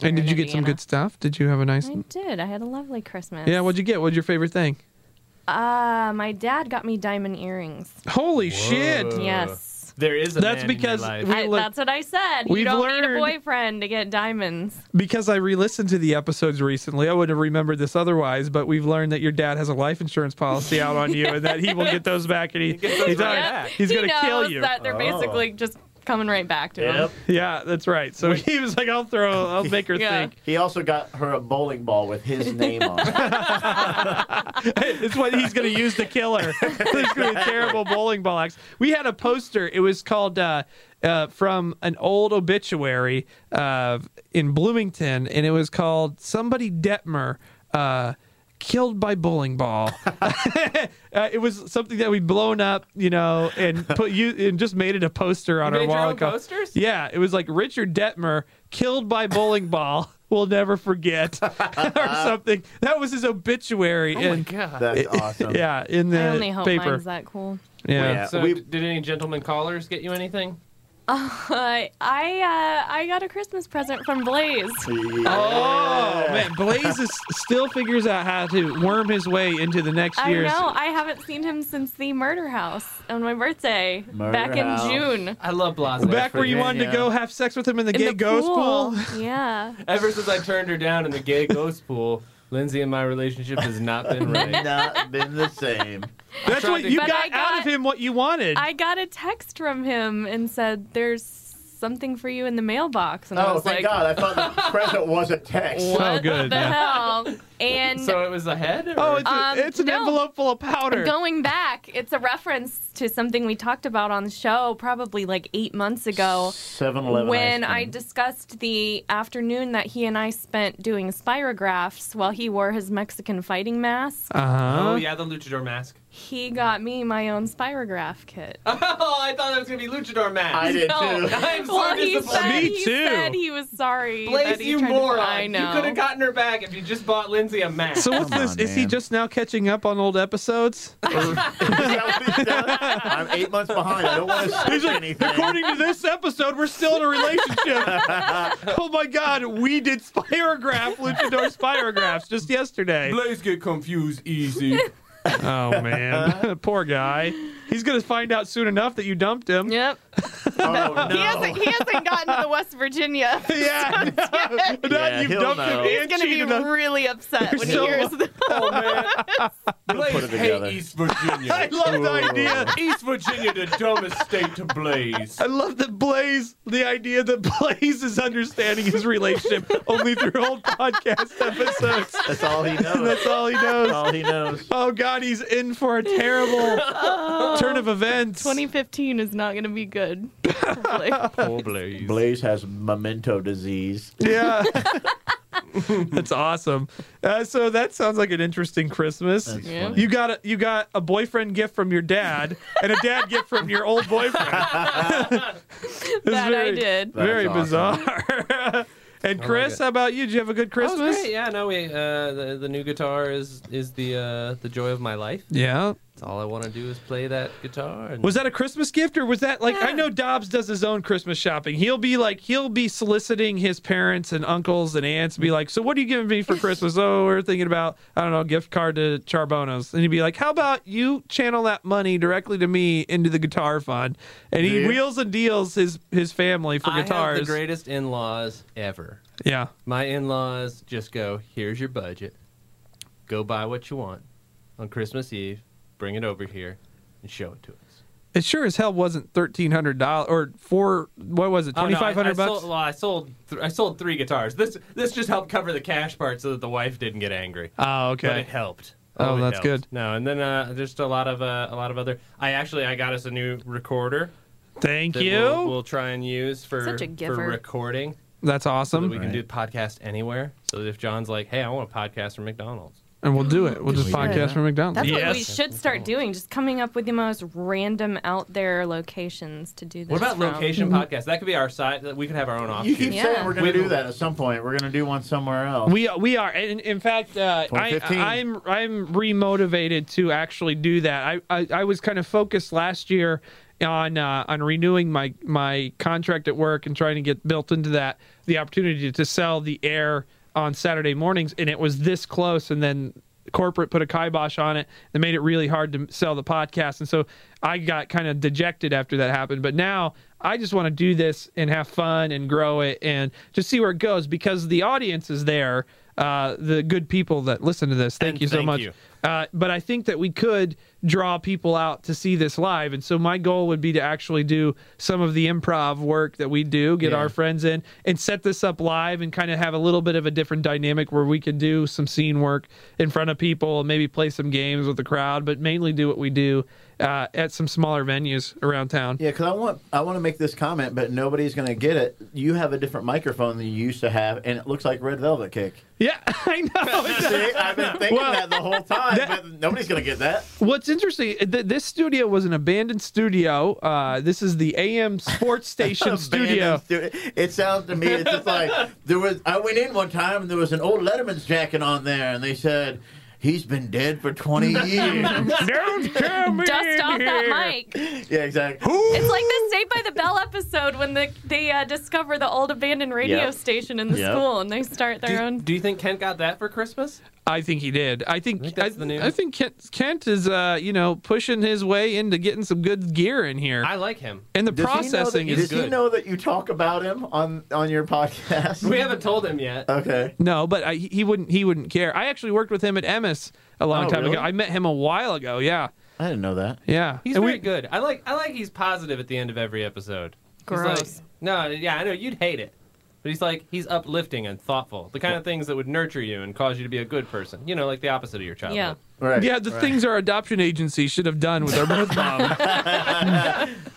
S1: And did
S3: Here
S1: you
S3: in
S1: get some
S3: Indiana.
S1: good stuff? Did you have a nice?
S3: I did. I had a lovely Christmas.
S1: Yeah. What'd you get? What'd your favorite thing?
S3: Uh, my dad got me diamond earrings.
S1: Holy shit!
S2: Whoa.
S3: Yes.
S2: There is a
S1: That's
S2: man in your
S1: because
S2: life.
S1: we-
S3: I,
S1: look-
S3: that's what I said.
S1: we've
S3: You don't need
S1: learned-
S3: a boyfriend to get diamonds.
S1: because I re-listened to the episodes recently, I would have remembered this otherwise. But we've learned that your dad has a life insurance policy out on you, and that he will get those back, and he,
S2: gets those
S1: he's,
S2: right
S1: already-
S2: back.
S1: he's
S3: He
S1: gonna kill
S3: knows
S1: you.
S3: That they're
S4: Oh.
S3: basically just coming right back to him.
S1: Yeah, that's right. So he was like, "I'll throw, I'll make her
S3: Yeah.
S1: think."
S4: He also got her a bowling ball with his name on it.
S1: it's what he's going to use to kill her. It's going to be a terrible bowling ball axe. We had a poster. It was called uh, uh, from an old obituary uh, in Bloomington, and it was called "Somebody Detmer." Uh, Killed by bowling ball. uh, it was something that we'd blown up, you know, and put you and just made it a poster on
S2: You
S1: our
S2: made your
S1: wall.
S2: own posters?
S1: uh, Yeah, it was like Richard Detmer killed by bowling ball. We'll never forget, or something. That was his obituary.
S2: Oh my
S1: and
S2: god.
S4: That's awesome.
S1: yeah, in the
S3: I only hope
S1: paper.
S3: mine's that cool.
S1: yeah.
S4: Oh. Yeah.
S2: so,
S4: we-
S2: d- did any gentleman callers get you anything?
S3: I I uh, I got a Christmas present from Blaze.
S1: Oh man, Blaze is, still figures out how to worm his way into the next
S3: I
S1: year's.
S3: know. I haven't seen him since the murder house on my birthday
S4: Murder
S3: back
S4: House.
S3: in June.
S2: I love Blase.
S1: Back where you wanted to
S4: Virginia.
S1: go have sex with him in the
S3: In
S1: gay
S3: the
S1: ghost pool.
S3: Yeah.
S2: Ever since I turned her down in the gay ghost pool, Lindsay and my relationship has not been right.
S4: Not been the same.
S1: That's
S2: tried
S1: what
S2: to-
S1: you
S3: But I
S1: got, out
S3: got-
S1: of him. What you wanted.
S3: I got a text from him and said, "There's something for you in the mailbox," and I
S4: Oh,
S3: was
S4: thank
S3: like,
S4: God. I thought the present was a text.
S3: "What
S1: So Oh, good,
S3: the
S1: yeah.
S3: hell?" And
S2: So it was a head? Or?
S1: oh, it's, a-
S3: Um,
S1: it's an
S3: no.
S1: envelope full of powder.
S3: Going back, it's a reference to something we talked about on the show probably like eight months ago.
S4: 7 Eleven.
S3: when I discussed the afternoon that he and I spent doing spirographs while he wore his Mexican fighting mask,
S1: Uh huh.
S2: Oh, yeah, the luchador mask.
S3: he got me my own spirograph kit.
S2: Oh, I thought that was going to be luchador mask.
S4: I did too.
S2: I'm so
S3: well, he
S2: disappointed.
S3: said,
S1: Me
S3: he
S1: too.
S3: said he was sorry.
S2: Blaze,
S3: that he
S2: you
S3: tried to-
S2: moron.
S3: I know.
S2: You could have gotten her back if you just bought Lindsay a mask.
S1: So what's
S4: Come
S1: this?
S4: on,
S1: is he
S4: man.
S1: just now catching up on old episodes?
S4: I'm eight months behind. I don't want to say anything.
S1: According to this episode, we're still in a relationship. oh my god, we did spirograph, luchador spirographs just yesterday.
S2: Blaze get confused easy.
S1: Oh man, poor guy. He's gonna find out soon enough that you dumped him.
S3: Yep.
S4: Oh,
S2: no.
S4: no.
S3: He hasn't. He hasn't gotten to the West Virginia.
S1: Yeah,
S3: He's
S1: no,
S6: Yeah,
S1: you've
S6: he'll
S1: dumped
S6: know.
S1: him
S6: He's
S1: and
S3: gonna be
S1: cheated on-
S3: really upset when
S1: So-
S3: he hears this.
S2: Oh man,
S4: Put
S2: Blaze
S4: it together.
S2: hate East Virginia.
S1: I love the idea.
S2: East Virginia, the dumbest state to blaze.
S1: I love that Blaze, the idea that Blaze is understanding his relationship only through old podcast episodes.
S6: That's all he knows.
S1: That's all he knows.
S6: That's all he knows.
S1: Oh God, he's in for a terrible
S3: Oh.
S1: turn of events.
S3: 2015 is not going to be good. Probably.
S2: Poor Blaze.
S6: Blaze has memento disease.
S1: Yeah. that's awesome. Uh, so that sounds like an interesting Christmas.
S3: Yeah.
S6: funny.
S1: You got a you got a boyfriend gift from your dad and a dad gift from your old boyfriend. It's
S3: that I
S1: very-
S3: did.
S6: That's
S1: very
S6: awesome.
S1: bizarre. and
S2: I
S1: Chris,
S2: like it.
S1: how about you? Did you have a good
S2: That was
S1: Christmas?
S2: great. Yeah, no, we, uh, the, the new guitar is is the uh, the joy of my life.
S1: Yeah.
S2: It's all I want to do is play that guitar. And
S1: Was that a Christmas gift or was that like I know Dobbs does his own Christmas shopping. He'll be like he'll be soliciting his parents and uncles and aunts be like, "So what are you giving me for Christmas?" "Oh, we're thinking about I don't know, a gift card to Charbonos." And he'd be like, "How about you channel that money directly to me into the guitar fund?" And he
S4: Do you?
S1: wheels and deals his his family for
S2: I
S1: guitars.
S2: have the greatest in laws ever.
S1: yeah.
S2: My in laws just go, here's your budget. Go buy what you want on Christmas Eve. Bring it over here and show it to us.
S1: It sure as hell wasn't $1300 or four what was it?
S2: Oh, no, I-
S1: 2500
S2: I
S1: bucks.
S2: sold- Well, I sold th- I sold three guitars. This this just helped cover the cash part so that the wife didn't get angry.
S1: Oh, okay.
S2: But it helped.
S1: Oh,
S2: it
S1: that's
S2: helped.
S1: good.
S2: No, and then uh, just a lot of uh, a lot of other. I actually I got us a new recorder
S1: Thank
S2: that
S1: you.
S2: We'll, we'll try and use for
S3: Such a
S2: for
S3: giver.
S2: recording.
S1: That's
S2: So that
S1: awesome.
S2: we can do the podcast anywhere. So that if John's like, "Hey, I want a podcast from McDonald's,"
S1: and we'll do it. We'll just
S6: we do
S1: podcast
S6: that?
S1: from McDonald's.
S3: That's
S1: yes.
S3: what we should start doing. Just coming up with the most random out there locations to do this.
S2: what about
S3: from. Mm-hmm.
S2: location podcast? That could be our side. We could have our own
S4: You
S2: offshoot.
S4: keep
S3: Yeah.
S4: saying we're going
S2: We-
S4: to do that at some point. We're going to do one somewhere else.
S1: We we are, and in fact, uh, I,
S4: 2015.
S1: I'm I'm remotivated to actually do that. I, I I was kind of focused last year on uh, on renewing my my contract at work and trying to get built into that the opportunity to sell the air on Saturday mornings, and it was this close, and then corporate put a kibosh on it that made it really hard to sell the podcast and so i got kind of dejected after that happened but now i just want to do this and have fun and grow it and just see where it goes because the audience is there uh, the good people that listen to this thank
S2: And
S1: you so
S2: thank
S1: much
S2: you.
S1: Uh, but i think that we could draw people out to see this live and so my goal would be to actually do some of the improv work that we do get
S4: Yeah.
S1: our friends in and set this up live and kind of have a little bit of a different dynamic where we could do some scene work in front of people and maybe play some games with the crowd, but mainly do what we do uh, at some smaller venues around town.
S4: Yeah, because I want I want to make this comment, but nobody's going to get it. You have a different microphone than you used to have, and it looks like Red Velvet Cake.
S1: Yeah, I know. It does.
S4: See, I've been thinking
S1: Well,
S4: that the whole time,
S1: that-
S4: but nobody's going to get that.
S1: What's interesting, th- this studio was an abandoned studio. Uh, this is the AM Sports Station studio.
S4: Abandoned stu- It sounds to me it's just like there was. I went in one time and there was an old Letterman's jacket on there, and they said he's been dead for twenty years.
S1: Don't come
S3: Dust
S1: in
S3: off
S1: here.
S3: that mic.
S4: yeah, exactly.
S3: It's like the Saved by the Bell episode when the, they uh, discover the old abandoned radio
S6: Yep.
S3: station in the
S6: Yep.
S3: school and they start their
S2: Do,
S3: own.
S2: do you think Kent got that for Christmas?
S1: I think he did. I think I
S2: think
S1: think,
S2: that's the news.
S1: I think Kent, Kent is uh, you know pushing his way into getting some good gear in here.
S2: I like him.
S1: and the
S4: Does he know
S1: processing
S4: that-
S1: is
S4: Does he
S1: good.
S4: know that you talk about him on on your podcast?
S2: We haven't told him yet.
S4: Okay.
S1: No, but I, he wouldn't. He wouldn't care. I actually worked with him at Emmis a long
S4: Oh,
S1: time
S4: really?
S1: ago. I met him a while ago. Yeah,
S4: I didn't know that.
S1: yeah.
S2: He's
S1: And
S2: very
S1: we-
S2: good. I like I like he's positive at the end of every episode. He's like-
S3: Gross.
S2: no, yeah, I know you'd hate it. But he's like he's uplifting and thoughtful. The kind of things that would nurture you and cause you to be a good person. You know, like the opposite of your childhood.
S3: Yeah.
S4: Right.
S1: Yeah, the things our adoption agency should have done with our birth mom.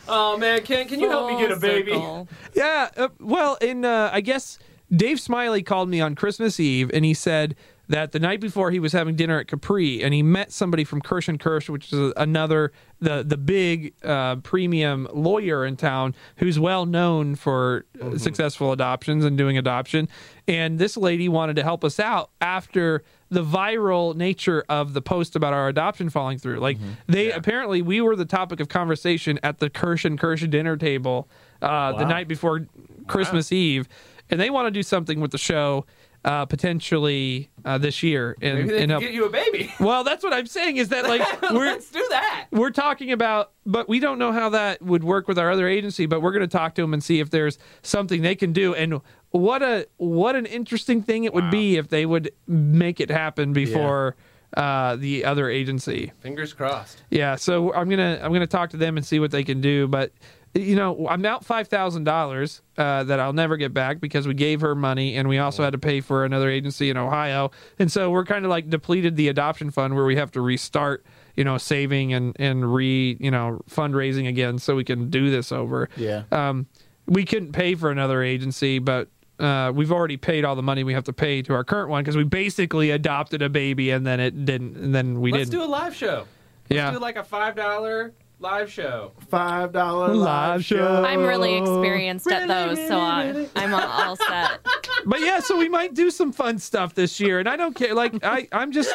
S2: Oh man, Ken, can you help me get a
S3: Full
S2: baby?
S3: circle.
S1: Yeah. Uh, well, in uh, I guess Dave Smiley called me on Christmas Eve, and he said that the night before he was having dinner at Capri, and he met somebody from Kirsch and Kirsch, which is another the the big uh, premium lawyer in town who's well known for uh, successful adoptions and doing adoption. And this lady wanted to help us out after the viral nature of the post about our adoption falling through. Like they apparently we were the topic of conversation at the Kirsch and Kirsch dinner table uh, the
S4: Wow.
S1: night before Christmas Eve, and they want to do something with the show. uh, potentially uh, this year. And,
S2: Maybe they
S1: and
S2: can
S1: help.
S2: get you a baby.
S1: Well, that's what I'm saying is that like we're
S2: Let's do that.
S1: we're talking about, but we don't know how that would work with our other agency. But we're going to talk to them and see if there's something they can do. And what a what an interesting thing it would be if they would make it happen before uh, the other agency.
S2: Fingers crossed.
S1: Yeah, so I'm gonna I'm gonna talk to them and see what they can do. But you know, I'm out five thousand uh, dollars that I'll never get back because we gave her money and we also had to pay for another agency in Ohio, and so we're kind of like depleted the adoption fund where we have to restart you know saving and and re you know fundraising again so we can do this over.
S4: Yeah.
S1: Um, we couldn't pay for another agency, but. Uh, we've already paid all the money we have to pay to our current one because we basically adopted a baby and then it didn't and then we
S2: Let's
S1: didn't.
S2: do a live show. Let's
S1: Yeah.
S2: do like a five dollar live show.
S7: Five dollar
S1: Live show.
S3: I'm really
S2: Oh,
S3: experienced at those, so I, I'm all- all set.
S1: but yeah, so we might do some fun stuff this year, and I don't care. Like I, I'm just,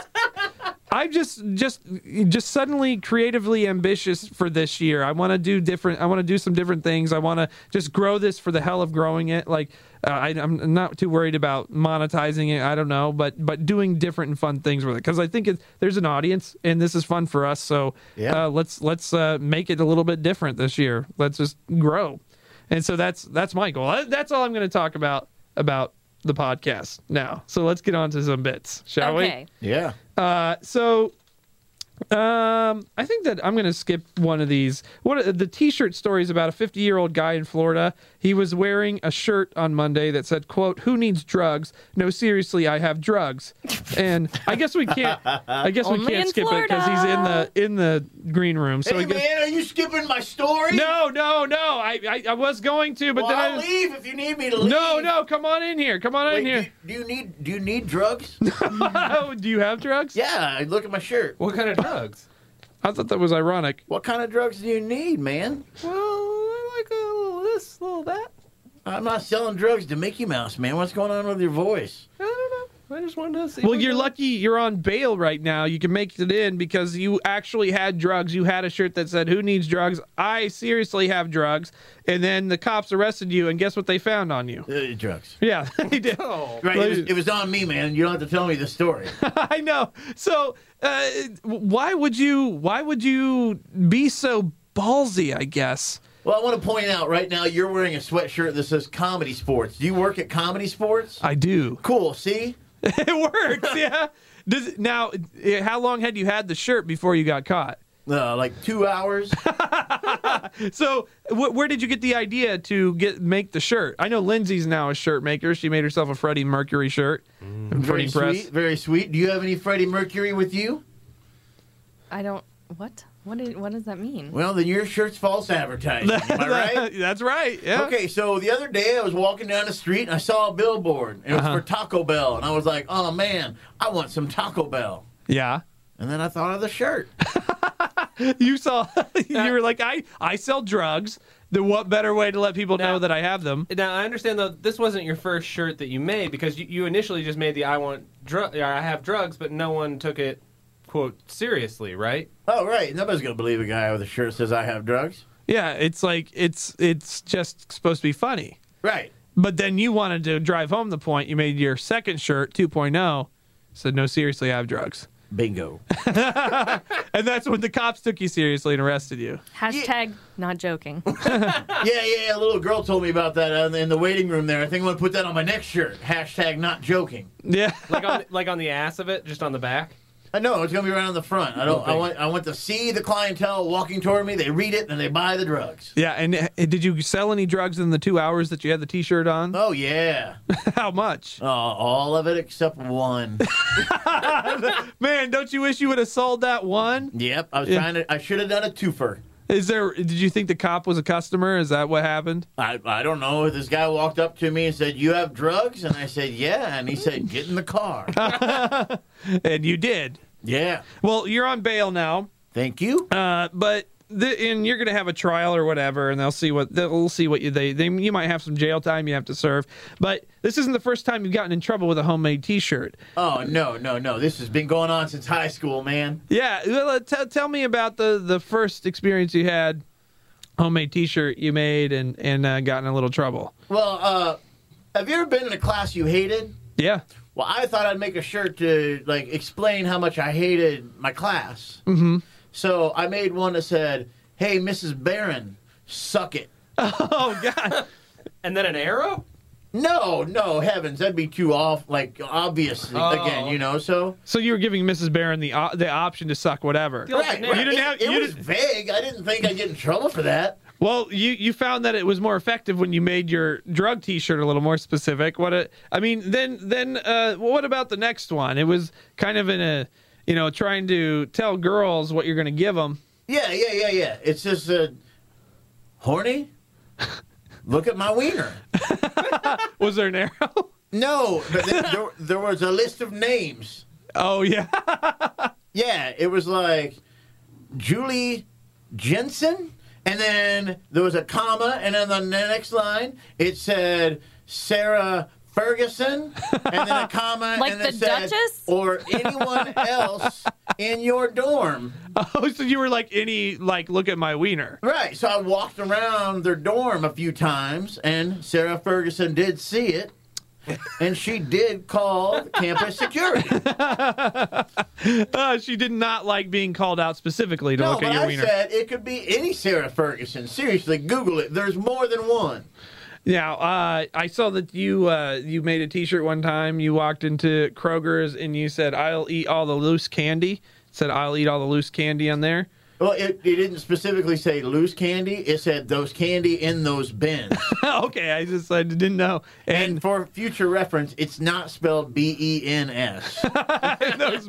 S1: I'm just, just, just suddenly creatively ambitious for this year. I want to do different. I want to do some different things. I want to just grow this for the hell of growing it. Like uh, I, I'm not too worried about monetizing it. I don't know, but but doing different and fun things with it because I think it, there's an audience, and this is fun for us. So
S4: Yeah.
S1: uh, let's let's uh, make it a little bit different this year. Let's just grow. And so that's that's my goal. That- That's all I'm going to talk about about the podcast now. So let's get on to some bits, shall
S3: Okay.
S4: Yeah.
S1: we? Uh, so um, I think that I'm going to skip one of these. One of the T-shirt story is about a 50 year old guy in Florida. He was wearing a shirt on Monday that said, "quote Who needs drugs? No, seriously, I have drugs." And I guess we can't. I guess we
S3: Only
S1: can't
S3: in
S1: skip it because he's in the
S3: Florida.
S1: in the green room. So I
S4: hey
S1: guess-
S4: man, are you skipping my story?
S1: no, no, no. I, I I was going to, but
S4: Well,
S1: then
S4: I'll
S1: I,
S4: leave if you need me to leave.
S1: no, no, come on in here. Come on
S4: Wait,
S1: in
S4: do,
S1: here.
S4: you- do you need do you need drugs?
S1: Oh, do you have drugs?
S4: yeah, look at my shirt.
S2: What kind of drugs?
S1: I thought that was ironic.
S4: What kind of drugs do you need, man?
S2: Well, I like a little this, a little that.
S4: I'm not selling drugs to Mickey Mouse, man. What's going on with your voice?
S2: I don't know. I just wanted to see.
S1: Well,
S2: what
S1: you're
S2: it-
S1: lucky you're on bail right now. You can make it in because you actually had drugs. You had a shirt that said, Who needs drugs? I seriously have drugs. And then the cops arrested you, and guess what they found on you?
S4: Uh, drugs.
S1: Yeah, they did.
S2: Oh,
S4: Right, it was, it was on me, man. You don't have to tell me the story.
S1: I know. So, uh, why would you? Why would you be so ballsy? I guess.
S4: Well, I want to point out right now you're wearing a sweatshirt that says Comedy Sports. Do you work at Comedy Sports?
S1: I do.
S4: Cool. See,
S1: it works. Yeah. Does it- now? eh, How long had you had the shirt before you got caught?
S4: uh, like two hours.
S1: So, wh- where did you get the idea to get make the shirt? I know Lindsay's now a shirt maker. She made herself a Freddie Mercury shirt. I'm pretty
S4: Mm. very
S1: impressed.
S4: sweet. Very sweet. Do you have any Freddie Mercury with you?
S3: I don't. What? What, did, what does that mean?
S4: Well, then your shirt's false advertising. am I right?
S1: That's right. Yeah.
S4: Okay, so the other day I was walking down the street and I saw a billboard. And it was
S1: Uh-huh.
S4: for Taco Bell, and I was like, "Oh man, I want some Taco Bell."
S1: Yeah.
S4: And then I thought of the shirt.
S1: You saw. you were like, I I sell drugs. Then what better way to let people know
S2: Now-
S1: that I have them?
S2: Now I understand though this wasn't your first shirt that you made because you, you initially just made the I want drug I have drugs but no one took it quote seriously right
S4: Oh right, nobody's gonna believe a guy with a shirt that says I have drugs.
S1: Yeah. It's like it's it's just supposed to be funny.
S4: Right.
S1: But then you wanted to drive home the point. You made your second shirt 2.0. Said, no, seriously, I have drugs.
S4: Bingo.
S1: And that's when the cops took you seriously and arrested you.
S3: Hashtag not joking.
S4: yeah, yeah, yeah. A little girl told me about that uh, in the waiting room there. I think I'm gonna put that on my next shirt. Hashtag not joking.
S1: Yeah.
S2: like on like on the ass of it just on the back
S4: I know it's gonna be right on the front. I don't. I want. I want to see the clientele walking toward me. They read it and they buy the drugs.
S1: Yeah. And uh, did you sell any drugs in the two hours that you had the t shirt on?
S4: Oh yeah.
S1: How much?
S4: Oh, all of it except one.
S1: Man, don't you wish you would have sold that one?
S4: yep. I was
S1: Yeah.
S4: trying to. I should have done a twofer.
S1: Is there, did you think the cop was a customer? Is that what happened?
S4: I, I don't know. This guy walked up to me and said, "You have drugs?" And I said, "Yeah." And he said, "Get in the car."
S1: And you did.
S4: yeah.
S1: Well, you're on bail now.
S4: Thank you.
S1: Uh, but the, and you're going to have a trial or whatever, and they'll see what they'll see what you they, they you might have some jail time you have to serve. But this isn't the first time you've gotten in trouble with a homemade T-shirt.
S4: Oh no, no, no! This has been going on since high school, man.
S1: Yeah, well, uh, t- tell me about the the first experience you had homemade T-shirt you made and and uh, got in a little trouble.
S4: Well, uh, have you ever been in a class you hated?
S1: Yeah.
S4: Well, I thought I'd make a shirt to like explain how much I hated my class. Mm-hmm. So I made one that said, "Hey, Mrs. Barron, suck it."
S1: Oh God.
S2: And then an arrow?
S4: No, no, heavens, that'd be too off. Like obvious
S2: Oh.
S4: again, you know. So
S1: so you were giving Mrs. Barron the o the option to suck whatever.
S4: right,
S2: You
S4: right.
S1: didn't
S4: it,
S1: have-
S4: it
S1: you
S4: was
S1: didn't-
S4: vague. I didn't think I'd get in trouble for that.
S1: Well, you you found that it was more effective when you made your drug T-shirt a little more specific. What a, I mean, then then uh, what about the next one? It was kind of in a you know trying to tell girls what you're going to give them.
S4: Yeah, yeah, yeah, yeah. It's just uh, horny. Look at my wiener.
S1: Was there an arrow?
S4: No, but there, there, there was a list of names.
S1: oh yeah.
S4: Yeah, it was like Julie Jensen, and then there was a comma, and then on the next line it said Sarah Ferguson, and then a comma,
S3: Like
S4: and then
S3: the
S4: said,
S3: Duchess?
S4: or anyone else in your dorm.
S1: Oh, so you were like any like look at my wiener.
S4: Right. So I walked around their dorm a few times, and Sarah Ferguson did see it. And she did call campus security.
S1: Uh, she did not like being called out specifically to
S4: No,
S1: look
S4: but
S1: at your
S4: I
S1: wiener.
S4: said it could be any Sarah Ferguson. Seriously, Google it. There's more than one.
S1: Now, uh, I saw that you uh, you made a T-shirt one time. You walked into Kroger's and you said, "I'll eat all the loose candy." It said, "I'll eat all the loose candy" on there.
S4: Well, it, it didn't specifically say loose candy. It said those candy in those bins.
S1: okay, I just I didn't know.
S4: and
S1: And
S4: for future reference, it's not spelled B E N S.
S1: those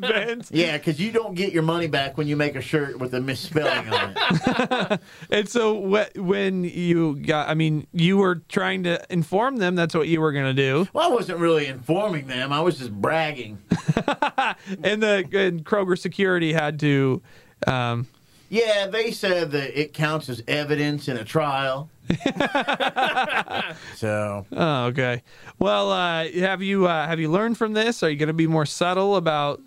S1: bands.
S4: Yeah, because you don't get your money back when you make a shirt with a misspelling on it.
S1: And so wh- when you got, I mean, you were trying to inform them that's what you were gonna do.
S4: Well, I wasn't really informing them. I was just bragging.
S1: And the and Kroger security had to. Um,
S4: Yeah, they said that it counts as evidence in a trial. so
S1: oh, okay. Well, uh, have you uh, have you learned from this? Are you gonna be more subtle about?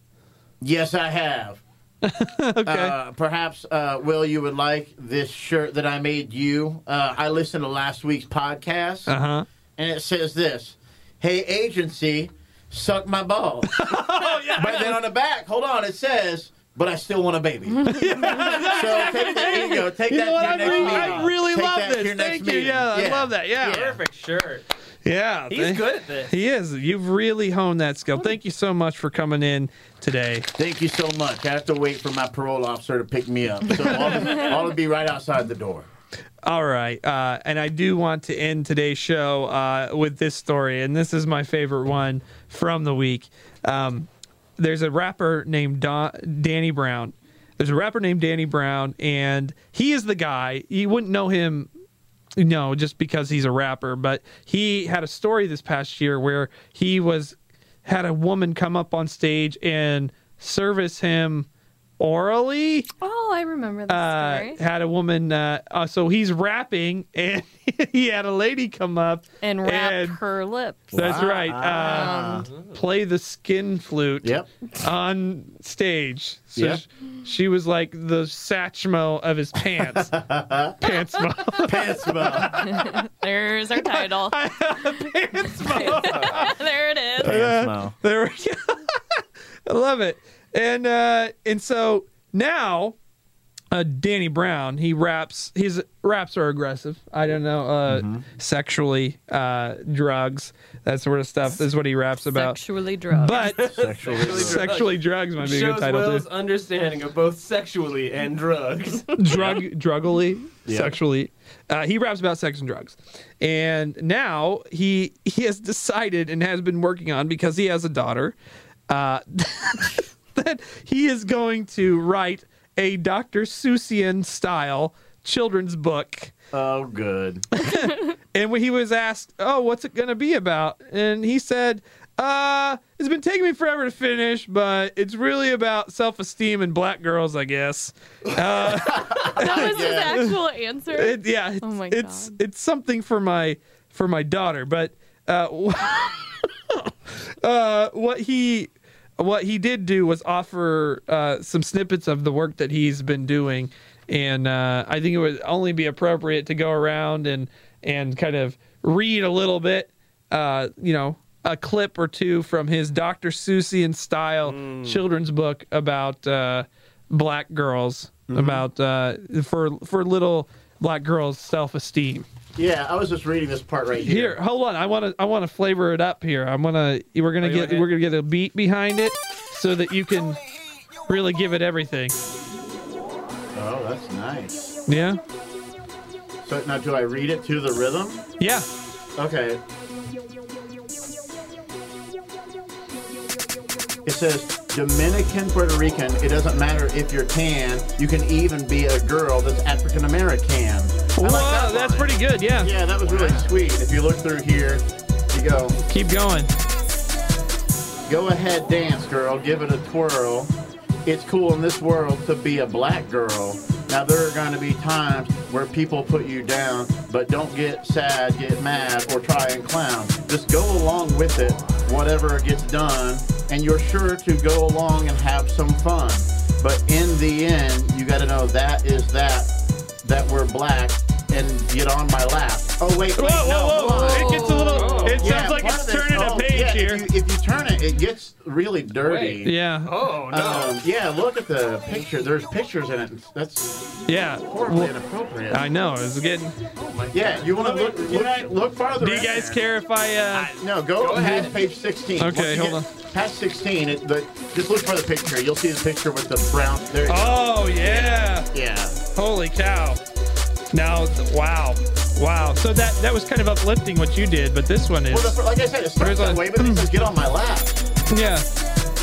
S4: yes, I have.
S1: Okay.
S4: Uh, perhaps, uh, Will, you would like this shirt that I made you. Uh, I listened to last week's podcast,
S1: Uh huh.
S4: and it says this Hey, agency, suck my balls.
S1: Oh,
S4: but then on the back, hold on, it says, But I still want a baby. so take that ego, take
S1: You
S4: that
S1: know what?
S4: to your next
S1: I really,
S4: meeting.
S1: I really
S4: Take
S1: love
S4: that to your
S1: this.
S4: next
S1: Thank you.
S4: meeting.
S1: Yeah, I love that. Yeah.
S4: Yeah.
S2: Perfect shirt.
S1: Yeah.
S2: He's
S1: thank-
S2: good at this.
S1: He is. You've really honed that skill. Thank you so much for coming in today.
S4: Thank you so much. I have to wait for my parole officer to pick me up. So I'll, I'll be right outside the door.
S1: All right. Uh, and I do want to end today's show uh, with this story. And this is my favorite one from the week. Um, there's a rapper named Don- Danny Brown. There's a rapper named Danny Brown, and he is the guy. You wouldn't know him no, just because he's a rapper, but he had a story this past year where he was had a woman come up on stage and service him orally.
S3: Oh, I remember this
S1: Uh,
S3: story.
S1: had a woman, uh, uh, so he's rapping, and he had a lady come up.
S3: And wrap
S1: and-
S3: her lips.
S1: That's right. Uh, play the skin flute
S4: Yep.
S1: on stage. So
S4: Yep.
S1: sh- she was like the Satchmo of his pants. Pantsmo.
S4: Pants well.
S3: There's our title.
S1: Pantsmo.
S3: there it is.
S4: Pants well.
S1: There we go. I love it. And uh, and so now, uh, Danny Brown he raps. His raps are aggressive. I don't know, uh, sexually, uh, drugs, that sort of stuff is what he raps about.
S3: Sexually drugged.
S1: But
S4: Sexually
S1: sexually drugs might be a good
S2: Shows
S1: title
S2: Will's
S1: too.
S2: understanding of both sexually and drugs.
S1: Drug, druggily, sexually. Uh, he raps about sex and drugs, and now he he has decided and has been working on because he has a daughter. Uh, that he is going to write a Dr. Seussian style children's book.
S4: Oh, good.
S1: And when he was asked, "Oh, what's it going to be about?" and he said, "Uh, it's been taking me forever to finish, but it's really about self-esteem and black girls, I guess." Uh,
S3: that was his
S4: Yeah.
S3: actual answer.
S1: it, yeah, it's,
S3: Oh my
S1: it's
S3: God.
S1: it's something for my for my daughter, but uh, uh, what he what he did do was offer uh, some snippets of the work that he's been doing, and uh, I think it would only be appropriate to go around and and kind of read a little bit, uh, you know, a clip or two from his Dr. Susie and Style children's book about uh, black girls, about uh, for for little black girls' self esteem.
S4: Yeah, I was just reading this part right here.
S1: Here, hold on. I want to I want to flavor it up here. I'm gonna we're gonna
S2: Oh, you
S1: get
S2: wanna
S1: we're gonna get a beat behind it so that you can really give it everything.
S4: Oh, that's nice.
S1: Yeah,
S4: So now, do I read it to the rhythm?
S1: yeah.
S4: Okay. It says Dominican, Puerto Rican. It doesn't matter if you're tan. You can even be a girl that's African American. I
S1: Whoa,
S4: like that
S1: that's
S4: line.
S1: pretty good. Yeah.
S4: Yeah, that was really sweet. If you look through here, you go,
S1: keep going.
S4: go ahead, dance, girl, give it a twirl. It's cool in this world to be a black girl. Now there are going to be times where people put you down, but don't get sad, get mad, or try and clown. Just go along with it, whatever gets done, and you're sure to go along and have some fun. But in the end, you got to know that is that, that we're black, and get on my lap. Oh wait,
S1: Whoa,
S4: wait, no,
S1: whoa, whoa!
S4: hold on.
S1: It gets a little. It sounds
S4: Yeah,
S1: like
S4: part
S1: it's
S4: of this-
S1: turning
S4: oh,
S1: a page
S4: yeah,
S1: here.
S4: If you, if you turn it, it gets really dirty.
S1: yeah,
S2: Oh no!
S4: Um, yeah, look at the picture. There's pictures in it. That's
S1: yeah.
S4: horribly
S1: Well,
S4: inappropriate.
S1: I know. It's getting.
S4: yeah, you want to look look, look farther.
S1: Do you
S4: in
S1: guys
S4: there.
S1: care if I? Uh,
S4: No, go,
S2: Go
S4: ahead.
S2: ahead.
S4: Page 16.
S1: Okay,
S4: Once you
S1: hold
S4: get Past 16, it, the, just look for the picture. You'll see the picture with the brown. There. it is.
S1: oh yeah!
S4: Yeah.
S1: Holy cow! Now, wow, wow. So that that was kind of uplifting what you did, but this one is.
S4: Well, the, fir- like I said, it starts
S1: There's a-
S4: that way, but it says get on my lap.
S1: Yeah.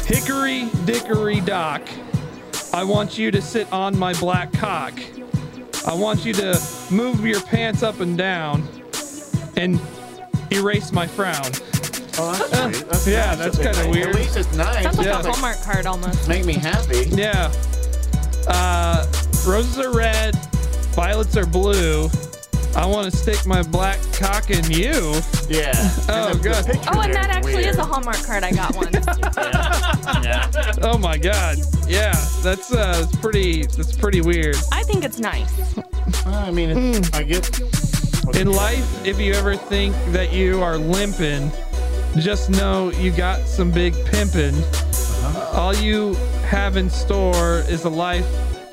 S1: Hickory dickory dock. I want you to sit on my black cock. I want you to move your pants up and down and erase my frown.
S4: Oh,
S1: Uh,
S4: that's sweet. That's
S1: yeah,
S4: nice
S1: that's
S4: of it.
S1: kinda weird.
S4: At least it's nice.
S3: Sounds like
S1: Yeah.
S3: a Hallmark card almost.
S4: Make me happy.
S1: Yeah. Uh, roses are red, violets are blue. I want to stick my black cock in you.
S4: Yeah.
S1: Oh,
S4: And the- the
S1: good.
S4: picture
S3: Oh, and
S4: there
S3: that actually
S4: weird.
S3: is a Hallmark card. I got one.
S1: Oh my god. Yeah, that's uh that's pretty that's pretty weird.
S3: I think it's nice.
S4: I mean, it's, I guess.
S1: Hmm. In life, if you ever think that you are limping, just know you got some big pimping. All you have in store is a life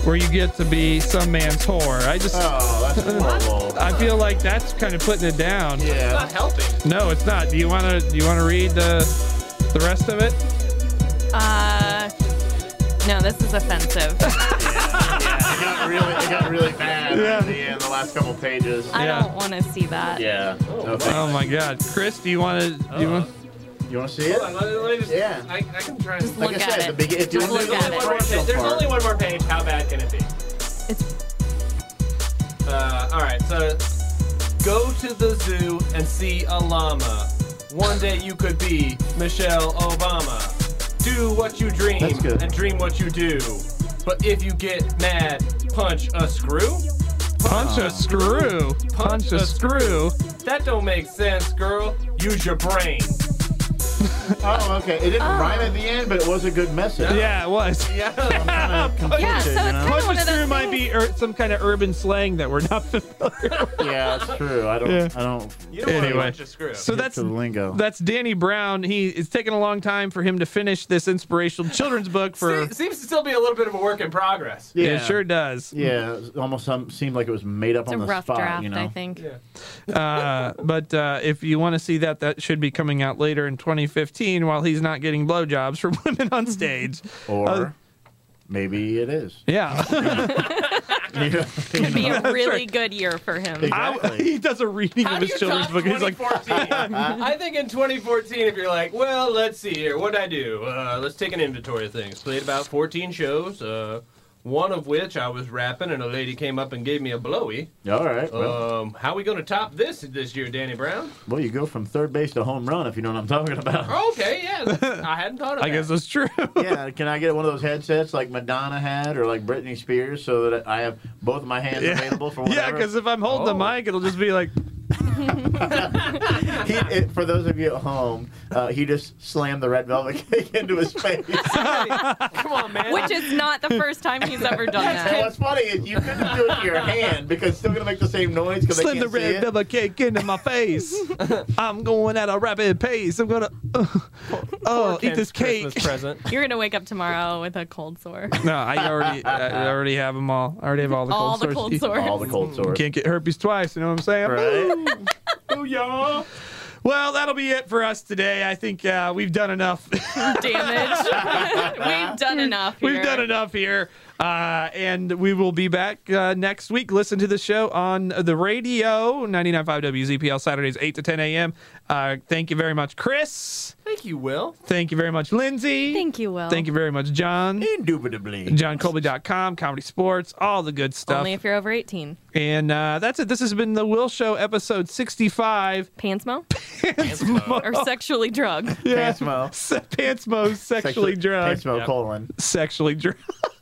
S1: where you get to be some man's whore. I just,
S4: Oh, that's horrible.
S1: I feel like that's kind of putting it down.
S4: yeah.
S2: Not helping.
S1: No, it's not. Do you want to? Do you want to read the the rest of it?
S3: Uh, no, this is offensive.
S4: Yeah, it got really, it got really bad. Yeah. The, end, the last couple pages.
S3: I
S1: Yeah.
S3: don't want to see that.
S4: Yeah. Okay.
S1: Oh my God, Chris, do you want to? Do you want?
S4: You want to see it?
S2: Hold on, let, me- let me just.
S4: Yeah.
S2: I, I can try. And,
S3: Just look
S4: Like I
S3: at
S4: said,
S3: it.
S4: the begin- if you
S3: Just
S4: wanna
S3: look
S4: do
S3: at
S4: the
S3: it.
S2: one more page. There's
S4: part.
S2: only one more page. How bad can it be?
S3: It's
S2: Uh, all right. So, go to the zoo and see a llama. One day you could be Michelle Obama. Do what you dream
S4: That's good.
S2: and dream what you do. But if you get mad, punch a screw.
S1: Punch a screw. Oh, uh, Punch a screw.
S2: That don't make sense, girl. Use your brain.
S4: Oh, okay. It didn't rhyme at the end, but it was a good message.
S1: Yeah, it was.
S4: I'm kinda
S3: yeah. So
S4: confused,
S3: it's
S4: you know?
S3: kind of
S1: Punch
S3: one
S1: a
S3: of
S1: screw
S3: those.
S1: might be ur- some kind of urban slang that we're not familiar
S4: yeah, it's true. I don't.
S1: Yeah.
S4: I don't.
S2: You don't
S1: Anyway.
S2: want to punch a screw.
S1: So
S4: get
S1: that's
S4: to the lingo.
S1: that's Danny Brown. He it's taken a long time for him to finish this inspirational children's book for
S2: Se- seems to still be a little bit of a work in progress.
S1: yeah. it sure does.
S4: Yeah, it almost some, seemed like it was made up
S3: It's a
S4: on the
S3: rough
S4: spot.
S3: draft,
S4: you know.
S3: I think.
S2: Yeah.
S1: Uh, but uh, if you want to see that, that should be coming out later in 2015 while he's not getting blowjobs from women on stage.
S4: Or
S1: Uh,
S4: maybe it is.
S1: yeah.
S4: Yeah.
S3: It'd be a really good year for him.
S1: I-
S4: exactly.
S1: he does a reading
S2: How
S1: of
S2: do
S1: his
S2: you
S1: children's
S2: top
S1: book. He's like,
S2: 2014? I think in 2014, if you're like, well, let's see here, what'd I do? Uh, let's take an inventory of things. Played about 14 shows, uh, one of which I was rapping, and a lady came up and gave me a blowy.
S4: All right. Well,
S2: Um, how we gonna top this this year, Danny Brown?
S4: well, you go from third base to home run if you know what I'm talking about.
S2: Okay, yeah, that's- I hadn't thought of
S1: I
S2: that.
S1: guess that's true.
S4: yeah, can I get one of those headsets like Madonna had or like Britney Spears so that I have both of my hands available for
S1: yeah,
S4: whatever?
S1: because if I'm holding the
S2: Oh.
S1: mic, it'll just be like,
S4: He, it, for those of you at home, uh, he just slammed the red velvet cake into his face.
S8: Come on, man.
S3: Which is not the first time he's ever done
S4: And
S3: that.
S4: what's funny is you couldn't do it with your hand because it's still gonna make the same noise because they
S1: Slam
S4: can't
S1: the
S4: see
S1: red
S4: it.
S1: double cake into my face. I'm going at a rapid pace. I'm gonna uh, uh, eat
S8: Ken's
S1: this cake.
S8: Christmas present.
S3: You're gonna wake up tomorrow with a cold sore.
S1: No, I already, I already have them all. I already have all the
S3: All
S1: cold
S3: the cold
S1: sores.
S3: sores.
S4: All the cold
S1: You
S4: sores.
S1: can't get herpes twice. You know what I'm saying?
S4: Mm. Right?
S8: Booyah.
S1: Well, that'll be it for us today. I think uh, we've done enough.
S3: Damage. We've done enough. Here.
S1: we've done enough here, uh, and we will be back uh, next week. Listen to the show on the radio, 99.5 WZPL Saturdays, 8 to 10 a.m. Uh, thank you very much, Chris.
S8: Thank you, Will.
S1: Thank you very much, Lindsay.
S3: Thank you, Will.
S1: Thank you very much, John.
S4: Indubitably.
S1: JohnColby.com, comedy sports, all the good stuff.
S3: Only if you're over 18.
S1: and uh, that's it. This has been the Will Show, episode 65.
S3: Pansmo or sexually drugged.
S1: Yeah.
S4: Pansmo.
S1: Pantsmo sexually drugged.
S4: Pansmo
S8: Yep.
S4: colon.
S1: Sexually drugged.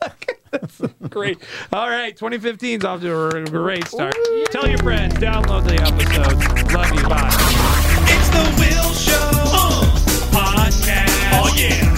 S1: That's great. All right, 2015's off to a great start. Tell your friends, download the episodes. Love you. Bye.
S2: It's the Will Show podcast. Uh-huh. Oh yeah. Uh-huh.